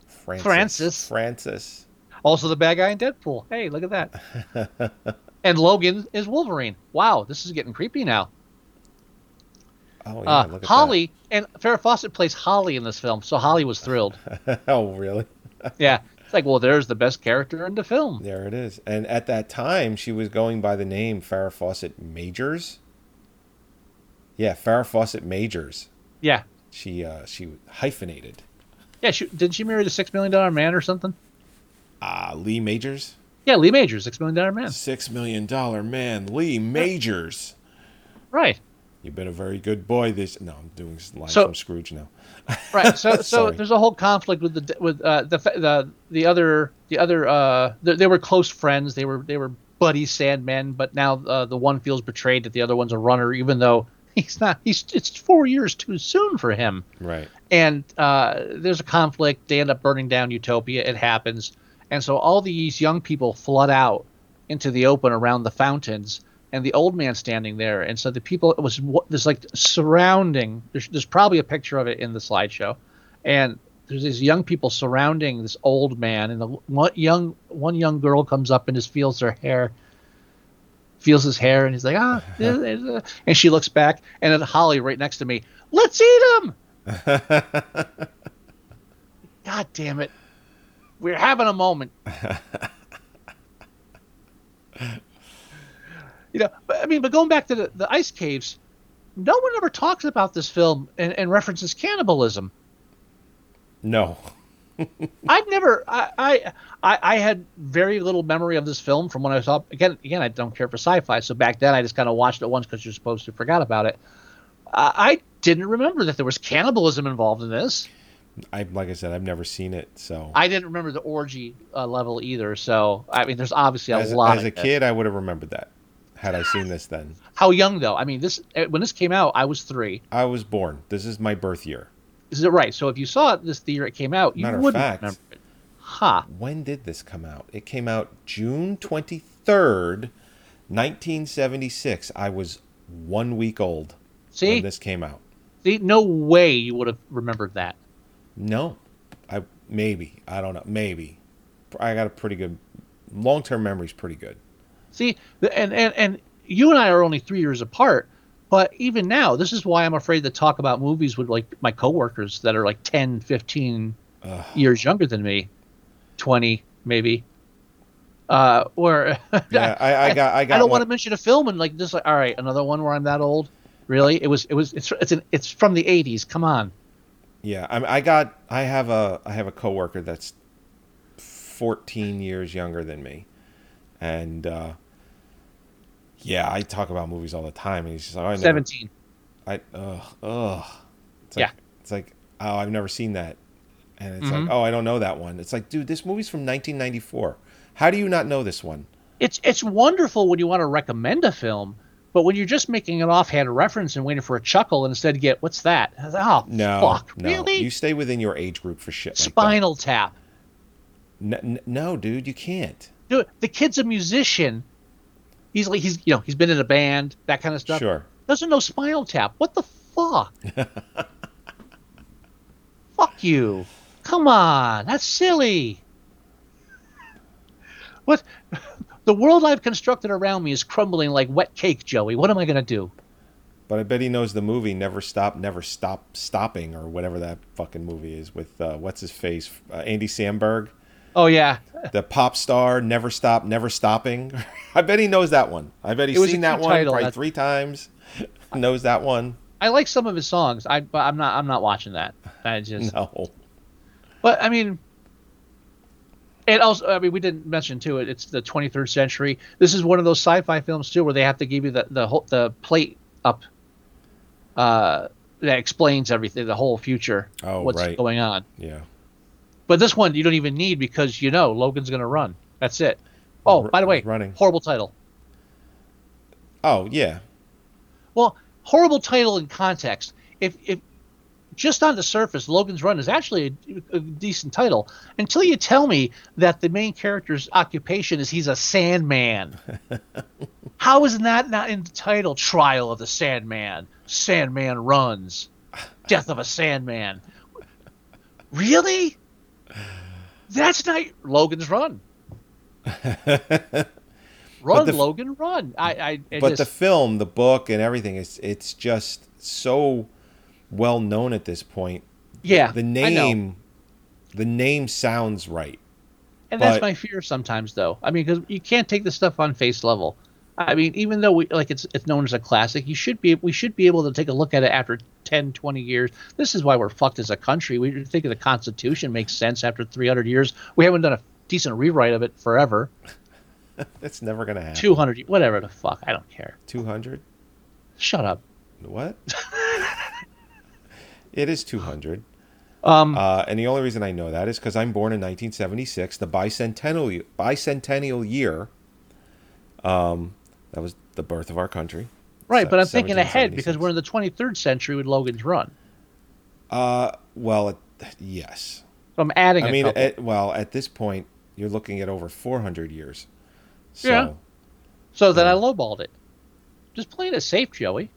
Francis.
Francis.
Francis.
also the bad guy in deadpool hey look at that and logan is wolverine wow this is getting creepy now
Oh, yeah.
uh
look at
holly and farrah fawcett plays holly in this film so holly was thrilled
that. oh, really?
yeah it's like well there's the best character in the film
There it is. And at that time, she was going by the name Farrah Fawcett Majors. Yeah, Farrah Fawcett Majors.
yeah
She uh, she hyphenated.
yeah she, didn't she marry the six million dollar man or something
Ah, Lee Majors.
yeah lee majors six million dollar man
Six million dollar man, Lee Majors.
right
You've been a very good boy. This no, I'm doing live
So-
from Scrooge now.
right so so
Sorry.
there's a whole conflict with the with uh, the fa- the the other the other uh they, they were close friends they were they were buddy sandmen but now uh, the one feels betrayed that the other one's a runner even though he's not he's it's four years too soon for him
Right.
and uh, there's a conflict. They end up burning down Utopia. It happens, and so all these young people flood out into the open around the fountains, and the old man standing there. And so the people it was wa- this like surrounding. There's, there's probably a picture of it in the slideshow, and there's these young people surrounding this old man, and the one young one young girl comes up and just feels her hair. Feels his hair and he's like, ah, and she looks back, and then Holly right next to me, let's eat him. God damn it. We're having a moment. you know, but, I mean, but going back to the, the ice caves, no one ever talks about this film and, and references cannibalism.
No.
I've never, I, I, I, I had very little memory of this film from when I saw. Again, again, I don't care for sci-fi, so back then I just kind of watched it once because you're supposed to forgot about it. I, I didn't remember that there was cannibalism involved in this.
I like I said, I've never seen it. So
I didn't remember the orgy uh, level either. So I mean, there's obviously a
as,
lot.
as
in
a
it.
kid, I would have remembered that had I seen this then.
how young though? I mean, this eh, when this came out, I was three.
I was born. This is my birth year.
Is it right? So if you saw it this the year it came out, you
Matter of
wouldn't
fact.
remember it. Ha!
When did this come out? It came out June twenty third, nineteen seventy six. I was one week old
See?
when this came out.
See, no way you would have remembered that.
No, I maybe I don't know. Maybe I got a pretty good long term memory's pretty good.
See, th- and and and you and I are only three years apart. But even now, this is why I'm afraid to talk about movies with like my coworkers that are like 10, 15 years younger than me, 20 maybe. Uh, or
Yeah, I, I got I got.
I don't
one-
want to mention a film and like just like all right, another one where I'm that old. Really? It was it was it's it's an, it's from the 80s. Come on.
Yeah, I, mean, I got I have a I have a coworker that's 14 years younger than me, and uh, yeah, I talk about movies all the time, and he's just like, "Oh, I never,
17.
I ugh ugh. It's like,
Yeah.
It's like oh, I've never seen that, and it's
Mm-hmm.
like oh, I don't know that one. It's like dude, this movie's from 1994. How do you not know this one?
It's it's wonderful when you want to recommend a film, but when you're just making an offhand reference and waiting for a chuckle and instead get what's that? Oh,
No,
fuck.
no.
Really?
You stay within your age group for shit. Like
Spinal Tap.
That. N- n- no, dude, you can't.
Dude, the kid's a musician. He's like he's you know, he's been in a band, that kind of stuff.
Sure.
Doesn't know Spinal Tap. What the fuck? fuck you. Come on. That's silly. What? The world I've constructed around me is crumbling like wet cake, Joey. What am I going to do?
But I bet he knows the movie "Never Stop, Never Stop Stopping" or whatever that fucking movie is with uh, what's his face, uh, Andy Samberg,
Oh, yeah.
the pop star "Never Stop, Never Stopping." I bet he knows that one. I bet he's
It was a
seen that
cute
one
title,
probably
that's-
three times. knows that one?
I like some of his songs. I but I'm not I'm not watching that. I just
No.
But I mean, it also I mean we didn't mention too it. It's the 23rd century. This is one of those sci-fi films too where they have to give you the the whole the plate up uh, that explains everything, the whole future,
Oh,
what's
right.
going on.
Yeah.
But this one you don't even need because you know Logan's gonna run. That's it. Oh,
Ru-
by the way,
running.
horrible title.
Oh yeah.
Well, horrible title in context. If if just on the surface, Logan's Run is actually a, a decent title until you tell me that the main character's occupation is he's a Sandman. How is that not in the title? Trial of the Sandman. Sandman runs. Death of a Sandman. Really? That's not Logan's Run. run,
the f-
Logan, run! I, I, it
but
just-
the film, the book, and everything is it's just so well known at this point.
yeah,
The
I know.
name, the name sounds right.
And
But-
that's my fear sometimes, though. I mean, because you can't take this stuff on face level. I mean, even though we like it's it's known as a classic, you should be we should be able to take a look at it after 10, 20 years. This is why we're fucked as a country. We think the Constitution makes sense after three hundred years. We haven't done a decent rewrite of it forever.
That's never gonna happen.
Two hundred, whatever the fuck, I don't care.
Two hundred.
Shut up.
What? it is 200.
Um,
uh, and the only reason I know that is because I'm born in 1976, the bicentennial bicentennial year. Um, that was the birth of our country.
Right,
Se-
but I'm thinking ahead
1776.
because we're in the twenty third century with Logan's Run.
Well, it, yes.
So I'm adding.
I
a
mean,
couple.
at, well, at this point, you're looking at over 400 years. So,
Yeah. so then I lowballed it. Just playing it safe, Joey.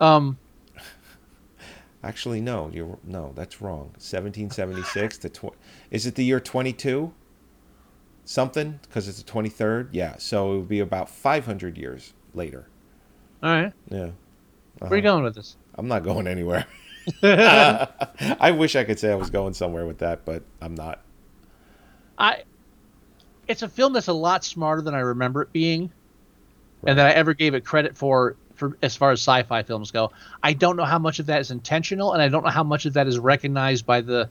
Um,
Actually, no, you're no, that's wrong. 1776 to tw- is it the year 22? Something because it's the 23rd. Yeah, so it would be about 500 years later.
all right.
Yeah,
Where
Uh-huh.
are you going with this?
I'm not going anywhere. I wish I could say I was going somewhere with that, but I'm not.
I it's a film that's a lot smarter than I remember it being and that I ever gave it credit for for as far as sci-fi films go. I don't know how much of that is intentional and I don't know how much of that is recognized by the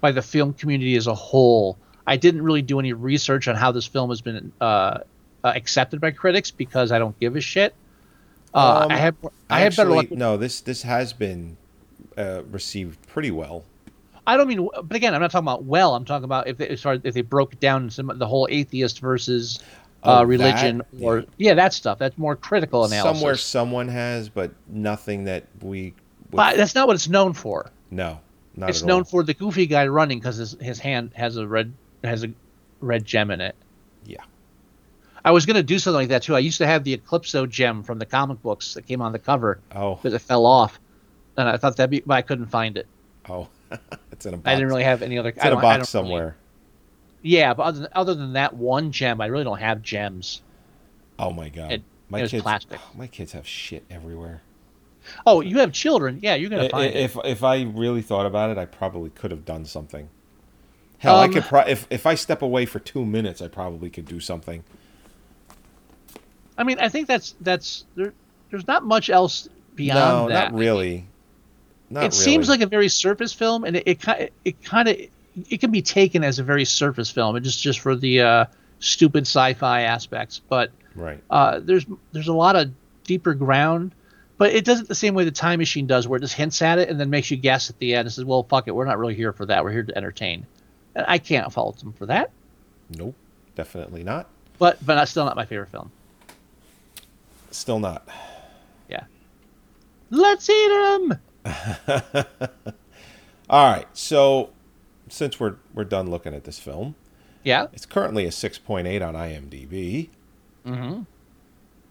by the film community as a whole. I didn't really do any research on how this film has been uh, uh, accepted by critics because I don't give a shit. Uh, I had I had better
Actually,
luck.
no, this this has been uh, received pretty well.
I don't mean, but again, I'm not talking about well. I'm talking about if they as far as if they broke it down some the whole atheist versus
Oh,
uh,
that,
religion or
yeah.
yeah. that stuff. That's more critical analysis.
Somewhere someone has, but nothing that we would,
but that's not what it's known for.
no, not
It's
at
known
all.
for the goofy guy running because his his hand has a red has a red gem in it.
yeah.
I was gonna do something like that too. I used to have the Eclipso gem from the comic books that came on the cover,
Oh,
but it fell off, and I thought that'd be, but I couldn't find it.
oh, it's in a box.
I didn't really have any other.
It's
I
in a
don't- I
box
don't really-
somewhere.
yeah, but other than, other than that one gem, I really don't have gems.
Oh my god,
It-
my
it was
kids, oh,
plastic.
my kids have shit everywhere.
Oh, you have children. Yeah, you're
I-
gonna
I-
find it.
If if I really thought about it, I probably could have done something. Hell, I
Um,
could. Pro- if if I step away for two minutes, I probably could do something.
I mean, I think that's that's there, there's not much else beyond
No,
that.
not really. Not
it
really.
seems like a very surface film, and it it, ki- it kind of it can be taken as a very surface film, and just just for the uh, stupid sci-fi aspects. But
right.
uh, there's there's a lot of deeper ground, but it does it the same way the Time Machine does, where it just hints at it and then makes you guess at the end and says, "Well, fuck it, we're not really here for that. We're here to entertain." And I can't fault them for that,
Nope, definitely not.
but but that's still not my favorite film.
Still not.
Yeah, let's eat them.
All right. So, since we're we're done looking at this film,
Yeah.
it's currently a six point eight on IMDb. Mm-hmm.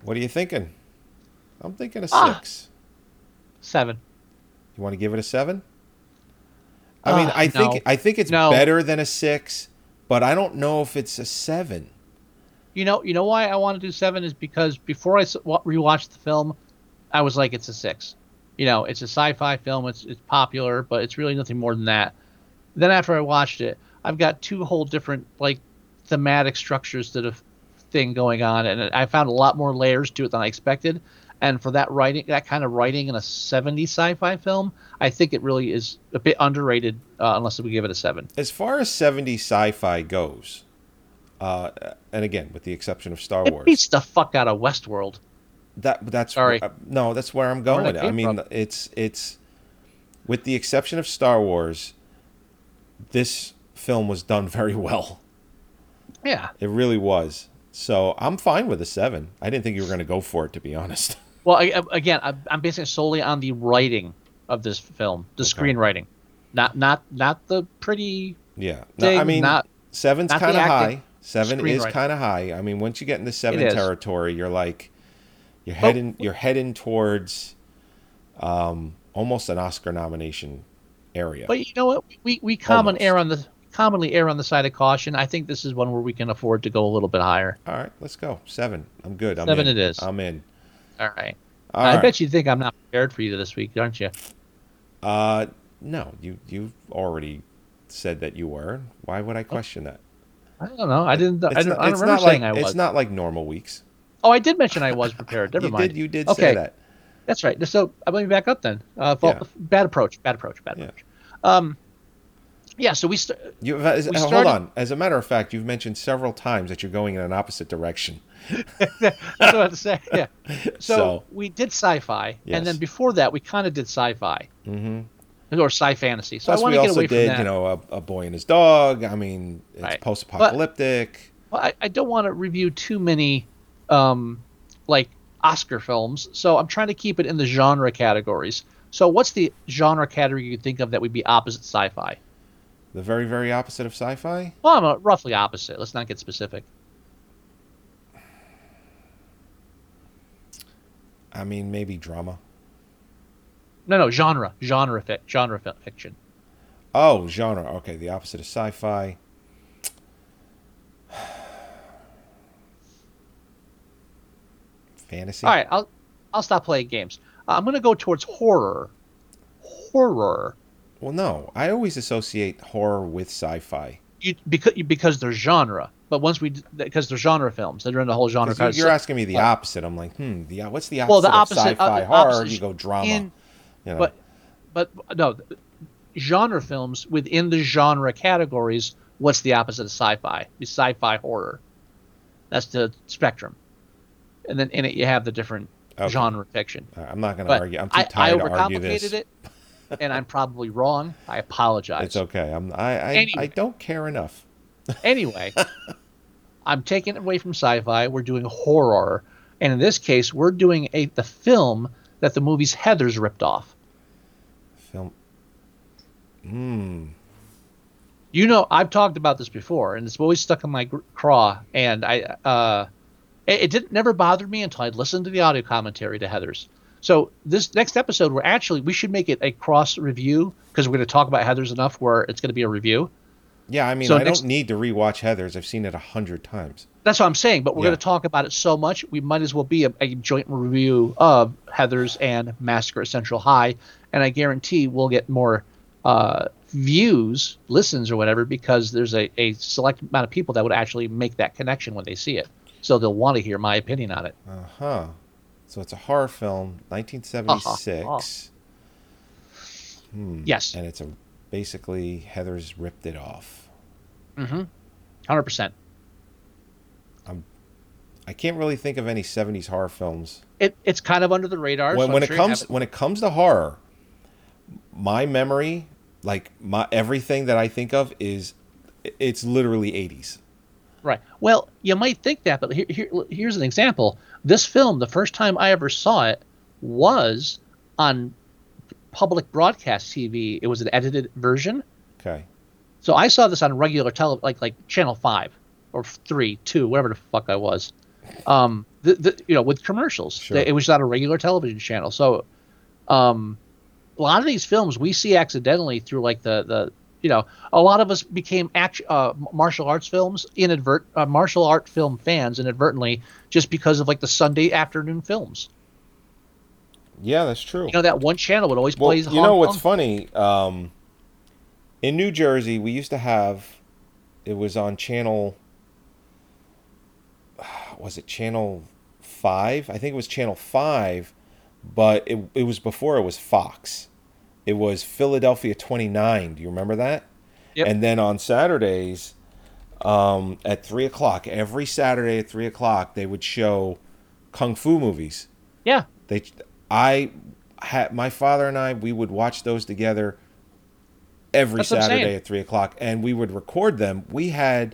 What are you thinking? I'm thinking a
Ah.
six.
Seven.
You want to give it a seven? I mean,
Ah,
I think
no.
I think it's
No.
better than a six, but I don't know if it's a seven.
You know, you know why I want to do seven is because before I s- wa- rewatched the film, I was like, it's a six. You know, it's a sci-fi film. It's it's popular, but it's really nothing more than that. Then after I watched it, I've got two whole different like thematic structures to the f- thing going on, and I found a lot more layers to it than I expected. And for that writing, that kind of writing in a 70 sci-fi film, I think it really is a bit underrated, uh, unless we give it a seven.
As far as 70 sci-fi goes, uh, and again, with the exception of Star
It
Wars,
beats the fuck out of Westworld.
that that's
Sorry.
where- uh, no, that's where I'm
that
going. I
came
mean,
from.
it's it's with the exception of Star Wars, this film was done very well.
Yeah.
It really was. So I'm fine with a seven. I didn't think you were going to go for it, to be honest.
Well, I, I- again, I'm I'm basing it solely on the writing of this film, the screenwriting, not not not the pretty.
Yeah. No, I
thing,
mean,
not-
seven's
not the
kind of
acting,
high. Seven is
screenwriting.
kind of high. I mean, once you get into seven
is.
territory, you're like, you're heading, you're heading towards, um, almost an Oscar nomination area.
But you know what? We we common
Almost.
err on the commonly err on the side of caution. I think this is one where we can afford to go a little bit higher.
All right, let's go. Seven. I'm good. I'm
Seven
in.
it is.
I'm in.
All right.
All
I
right.
bet you think I'm not prepared for you this week, aren't you?
Uh, no, you you've already said that you were. Why would I question that?
I don't know. I didn't. Oh. I
It's
don't,
not,
I don't
it's
remember
not
saying
like
I was.
it's not like normal weeks.
oh, I did mention I was prepared. Never
you
mind.
did you did
okay.
say that.
That's right. So uh, let me back up then. Uh, fault,
Yeah.
Bad approach. Bad approach. Bad
Yeah.
approach. Um, yeah. So we st-
You as,
We
hold
started-
on. As a matter of fact, you've mentioned several times that you're going in an opposite direction.
That's what I was about to say. Yeah. So,
So-
we did sci-fi,
Yes.
and then before that, we kind of did sci-fi mm-hmm. or sci-fantasy. So
Plus,
I want
we
to get
also
away from
did
that.
you know a, a boy and his dog. I mean, it's
Right.
post-apocalyptic.
Well, I, I don't want to review too many, um, like Oscar films. So I'm trying to keep it in the genre categories. So what's the genre category you could think of that would be opposite sci-fi?
The very, very opposite of sci-fi.
Well, I'm uh, roughly opposite. Let's not get specific.
I mean, maybe drama.
No, no, genre, genre, fi- genre fi- fiction.
Oh, genre. Okay, the opposite of sci-fi. Fantasy.
All right, I'll I'll stop playing games. Uh, I'm gonna go towards horror. Horror.
Well, no. I always associate horror with sci-fi.
You because because they're genre. But once we d- because they're genre films, they're in the whole genre.
'Cause you-
card.
You're
So-
asking me the opposite. I'm like, hmm. The what's the opposite,
well, the
of
opposite
sci-fi
uh,
horror?
opposite
you go drama.
in-
you know.
but but no, genre films within the genre categories. What's the opposite of sci-fi? It's sci-fi horror. That's the spectrum, and then in it you have the different
Okay.
genre fiction.
All right, I'm not going to
But
argue. I'm too
I, I
tired to argue this.
overcomplicated it, and I'm probably wrong. I apologize.
It's okay. I'm, I, I, I
Anyway.
don't care enough.
Anyway, I'm taking it away from sci-fi. We're doing horror, and in this case, we're doing a the film that the movie's Heather's ripped off.
Film.
You know, I've talked about this before, and it's always stuck in my gr- craw. And I, uh, it, it didn't never bothered me until I listened to the audio commentary to Heather's. So this next episode, we're actually we should make it a cross review because we're going to talk about Heather's enough where it's going to be a review.
Yeah, I mean,
So
I
next-
don't need to rewatch Heather's. I've seen it a hundred times.
That's what I'm saying. But we're
Yeah.
going to talk about it so much, we might as well be a, a joint review of Heather's and Massacre at Central High, and I guarantee we'll get more uh, views, listens, or whatever, because there's a, a select amount of people that would actually make that connection when they see it. So they'll want to hear my opinion on it.
Uh huh. So it's a horror film, 1976,
Uh-huh. yes,
Mm. and it's a basically Heather's ripped it off.
100. percent
I can't really think of any 70s horror films.
It it's kind of under the radar.
when,
so I'm
when it
sure you
comes
haven't-
when it comes to horror, my memory, like my everything that I think of is, it's literally 80s.
Right. Well, you might think that, but here, here, here's an example. This film, the first time I ever saw it, was on public broadcast TV. It was an edited version,
Okay.
so I saw this on regular tele, like like Channel Five or Three, Two, whatever the fuck I was. Um, the, the you know with commercials,
Sure.
it was on a regular television channel. So, um, a lot of these films we see accidentally through like the the you know a lot of us became act, uh, m- martial arts films inadvert uh, martial art film fans inadvertently just because of like the Sunday afternoon films.
Yeah, that's true.
You know that one channel would always
Well,
play.
you know
Hong
what's
Kong-
funny? Um, in New Jersey, we used to have. It was on channel. Was it channel five? I think it was channel five, but it it was before it was Fox. It was Philadelphia twenty nine. Do you remember that?
Yep.
And then on Saturdays, um, at three o'clock every Saturday at three o'clock, they would show kung fu movies.
Yeah.
They, I had my father and I. We would watch those together every
That's what I'm
Saturday
saying.
at three o'clock, and we would record them. We had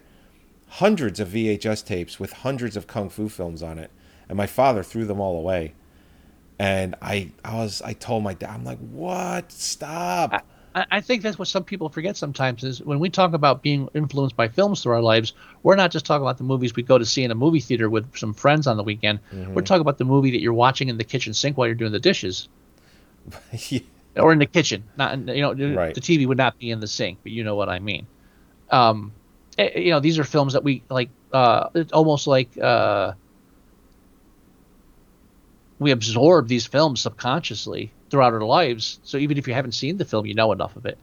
hundreds of VHS tapes with hundreds of kung fu films on it, and my father threw them all away. And I, I was, I told my dad, I'm like, what? Stop.
I, I think that's what some people forget sometimes is when we talk about being influenced by films through our lives, we're not just talking about the movies we go to see in a movie theater with some friends on the weekend. We're talking about the movie that you're watching in the kitchen sink while you're doing the dishes, or in the kitchen. Not in, you know the-
Right.
the TV would not be in the sink, but you know what I mean. Um, eh, you know these are films that we like. Uh, it's almost like uh, we absorb these films subconsciously throughout our lives. So even if you haven't seen the film, you know enough of it.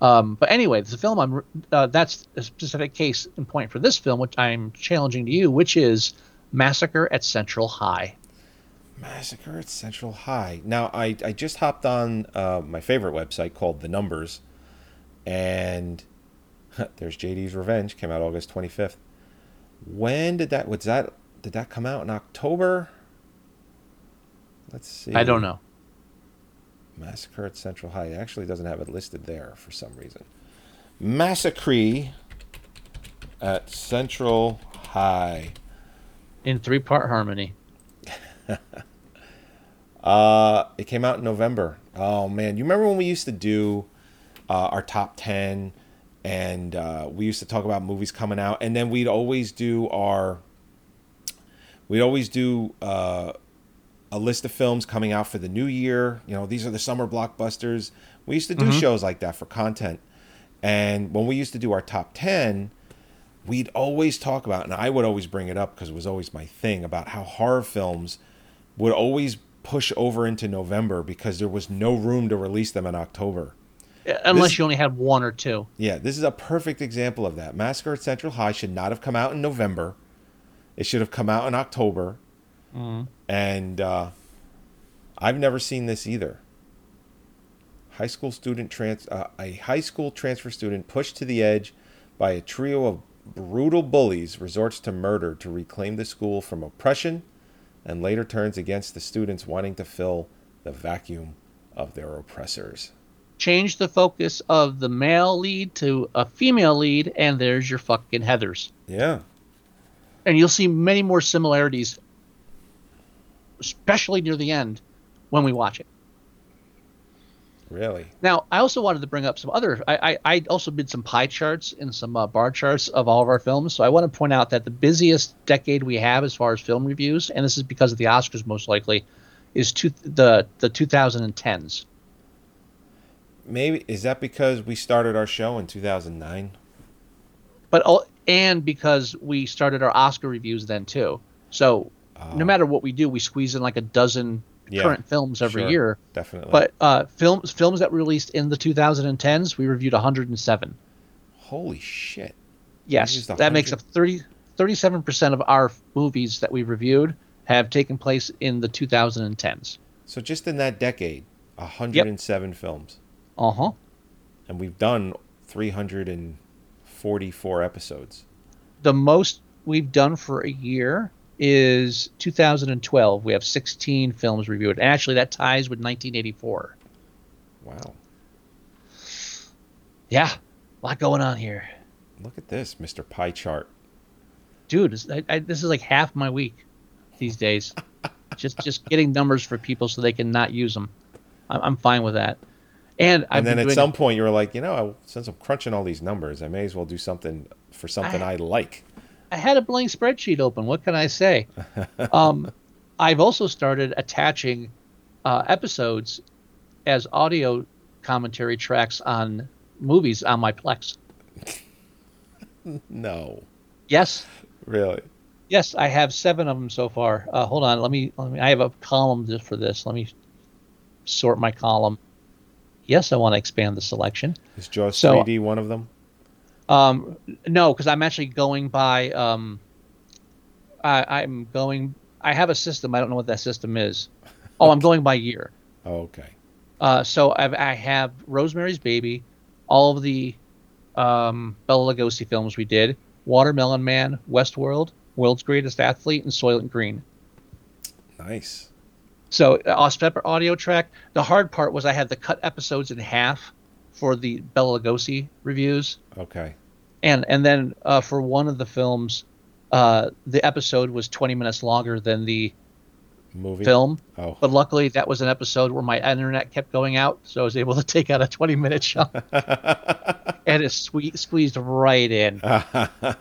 Um, but anyway, the film I'm uh, that's a specific case in point for this film, which I'm challenging to you, which is Massacre at Central High.
Massacre at Central High. Now, I, I just hopped on uh, my favorite website called The Numbers, and there's JD's Revenge came out August 25th. When did that? Was that? Did that come out in October? Let's see.
I don't know.
Massacre at Central High. It actually doesn't have it listed there for some reason. Massacre at Central High.
In three part harmony.
Uh, it came out in November Oh man, you remember when we used to do uh, our top ten, and uh, we used to talk about movies coming out, and then we'd always do our we'd always do uh, a list of films coming out for the new year. You know, these are the summer blockbusters. We used to do shows like that for content, and when we used to do our top ten, we'd always talk about, and I would always bring it up because it was always my thing about how horror films would always push over into November because there was no room to release them in October.
Uh, Unless
This-
you only had one or two.
Yeah, this is a perfect example of that. Massacre at Central High should not have come out in November. It should have come out in October. And uh, I've never seen this either. High school student trans uh, a high school transfer student pushed to the edge by a trio of brutal bullies resorts to murder to reclaim the school from oppression and later turns against the students wanting to fill the vacuum of their oppressors.
Change the focus of the male lead to a female lead, and there's your fucking Heathers.
Yeah.
and you'll see many more similarities, especially near the end when we watch it.
Really?
Now, I also wanted to bring up some other. I, I, I also did some pie charts and some uh, bar charts of all of our films. So I want to point out that the busiest decade we have as far as film reviews, and this is because of the Oscars most likely, is two, the the 2010s.
Maybe is that because we started our show in 2009?
But all, and because we started our Oscar reviews then too. So no matter what we do, we squeeze in like a dozen
Ah. Yeah,
current films every
Sure,
year.
Definitely.
But uh, films films that were released in the 2010s, we reviewed 107.
holy shit.
Yes,
Released
that makes up 30, 37% of our movies that we reviewed have taken place in the 2010s.
So just in that decade, 107 films
Uh
Uh-huh.
huh.
and we've done 344 episodes.
The most we've done for a year is 2012. We have 16 films reviewed. And actually, that ties with 1984.
Wow.
Yeah, a lot going on here.
Look at this, Mr. Pie Chart.
Dude, this, I, I, this is like half my week these days. just just getting numbers for people so they can not use them. I'm, I'm fine with that. And, I've
And then
been
at
doing-
some point you were like, you know, I, since I'm crunching all these numbers, I may as well do something for something I, like.
I had a blank spreadsheet open. What can I say? um, I've also started attaching uh, episodes as audio commentary tracks on movies on my Plex.
No.
Yes,
Really?
yes, I have seven of them so far. Uh, hold on, let me, let me. I have a column just for this. Let me sort my column. Yes, I want to expand the selection.
Is Jaws
So-
3D one of them?
Um, no, because I'm actually going by. Um, I, I'm going. I have a system. I don't know what that system is. Oh, I'm going by year.
Oh, okay.
Uh, so I've, I have Rosemary's Baby, all of the um, Bella Lugosi films we did, Watermelon Man, Westworld, World's Greatest Athlete, and Soylent Green.
Nice.
So uh, I'll separate audio track. The hard part was I had to cut episodes in half for the Bella Lugosi reviews.
Okay.
and and then uh, for one of the films, uh, the episode was 20 minutes longer than the
Movie.
film.
Oh.
But luckily, that was an episode where my internet kept going out, so I was able to take out a 20 minute chunk, and it sque- squeezed right in.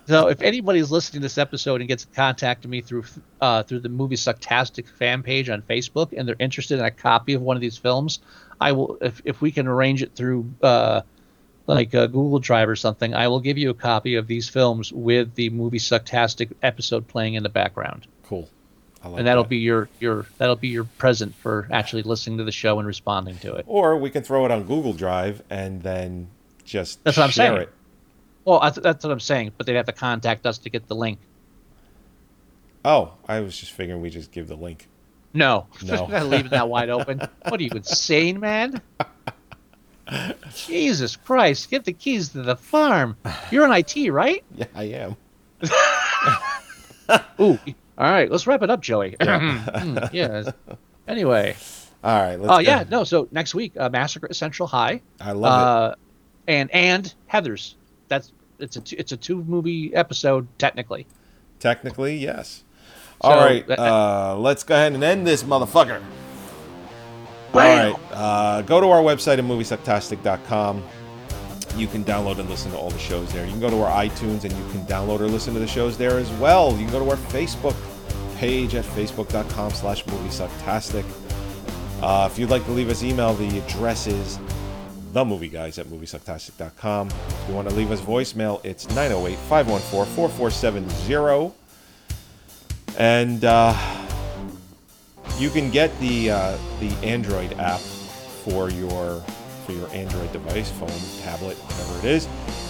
so if anybody's listening to this episode and gets in contact with me through uh, through the movie Sucktastic fan page on Facebook, and they're interested in a copy of one of these films, I will if if we can arrange it through. Uh, like uh, Google Drive or something, I will give you a copy of these films with the movie Sucktastic episode playing in the background,
Cool. I like
and that'll
that.
be your your that'll be your present for actually listening to the show and responding to it.
Or we can throw it on Google Drive and then just
That's what I'm
share
saying.
it.
Well, I th- that's what I'm saying, but they'd have to contact us to get the link.
Oh, I was just figuring we just give the link.
No,
No.
Not leaving that wide open. What are you insane, man? Jesus Christ! Get the keys to the farm. You're in IT, right?
Yeah, I am.
Ooh. All right, let's wrap it up, Joey. Yeah. yeah. Anyway.
All right. Let's
Oh
go.
yeah, no. So next week, uh, Massacre at Central High,
I love
uh, and and Heather's. That's it's a two, it's a two movie episode technically.
it. Technically, yes. All right.
that-
uh, let's go ahead and end this motherfucker. All right. Uh, go to our website at moviesucktastic.com. You can download and listen to all the shows there. You can go to our iTunes and you can download or listen to the shows there as well. You can go to our Facebook page at facebook.com slash moviesucktastic. Uh, if you'd like to leave us email, the address is themovieguys at moviesucktastic.com. If you want to leave us voicemail, it's 908 514 4470. And uh, you can get the uh, the Android app for your for your Android device, phone, tablet, whatever it is,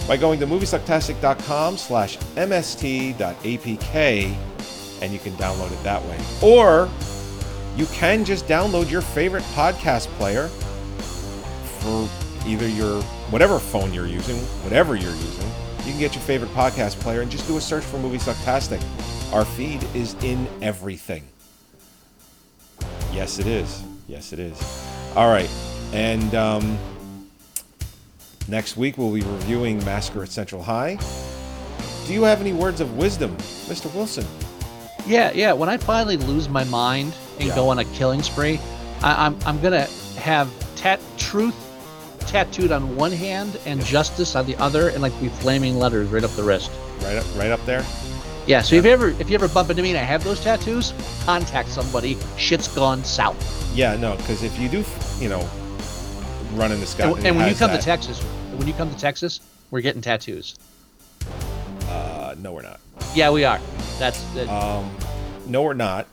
by going to moviesucktastic.com slash mst.apk and you can download it that way. Or you can just download your favorite podcast player for either your whatever phone you're using, whatever you're using, you can get your favorite podcast player and just do a search for Movie Sucktastic. Our feed is in everything. Yes, it is. Yes, it is. All right, and um, next week we'll be reviewing Massacre at Central High. Do you have any words of wisdom, Mr. Wilson?
Yeah, yeah. When I finally lose my mind and
Yeah.
go on a killing spree, I, I'm I'm gonna have tat truth tattooed on one hand and justice on the other, and like be flaming letters right up the wrist.
Right up, right up there.
Yeah. So if you ever if you ever bump into me and I have those tattoos, contact somebody. Shit's gone south.
Yeah, no, because if you do, you know, run in the sky,
And,
who
and when you
has
come
that?
to Texas, when you come to Texas, we're getting tattoos.
uh, no, we're not.
Yeah, we are. That's that,
Uh, No, we're not.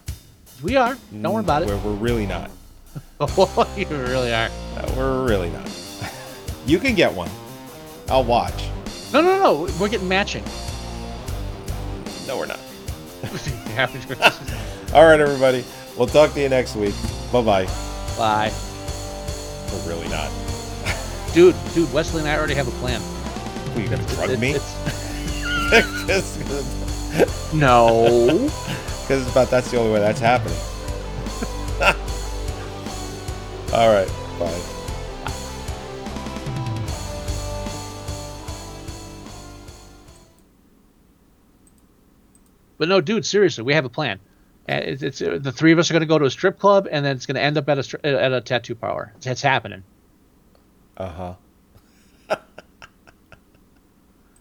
we are. Don't worry about
We're,
it. Oh,
we're really not.
you really are.
No, we're really not. you can get one. I'll watch.
No, no, no. We're getting matching.
No, we're not. All right, everybody. We'll talk to you next week. Bye bye.
Bye.
We're really not.
Dude, dude, Wesley and I already have a plan.
Were you gonna drug
It-
me?
it's-
Because
No.
it's about that's the only way that's happening. All right. Bye.
but no, dude, seriously, we have a plan. And It's, it's uh, the three of us are going to go to a strip club, and then it's going to end up at a stri- uh, at a tattoo parlor. That's happening.
Uh huh.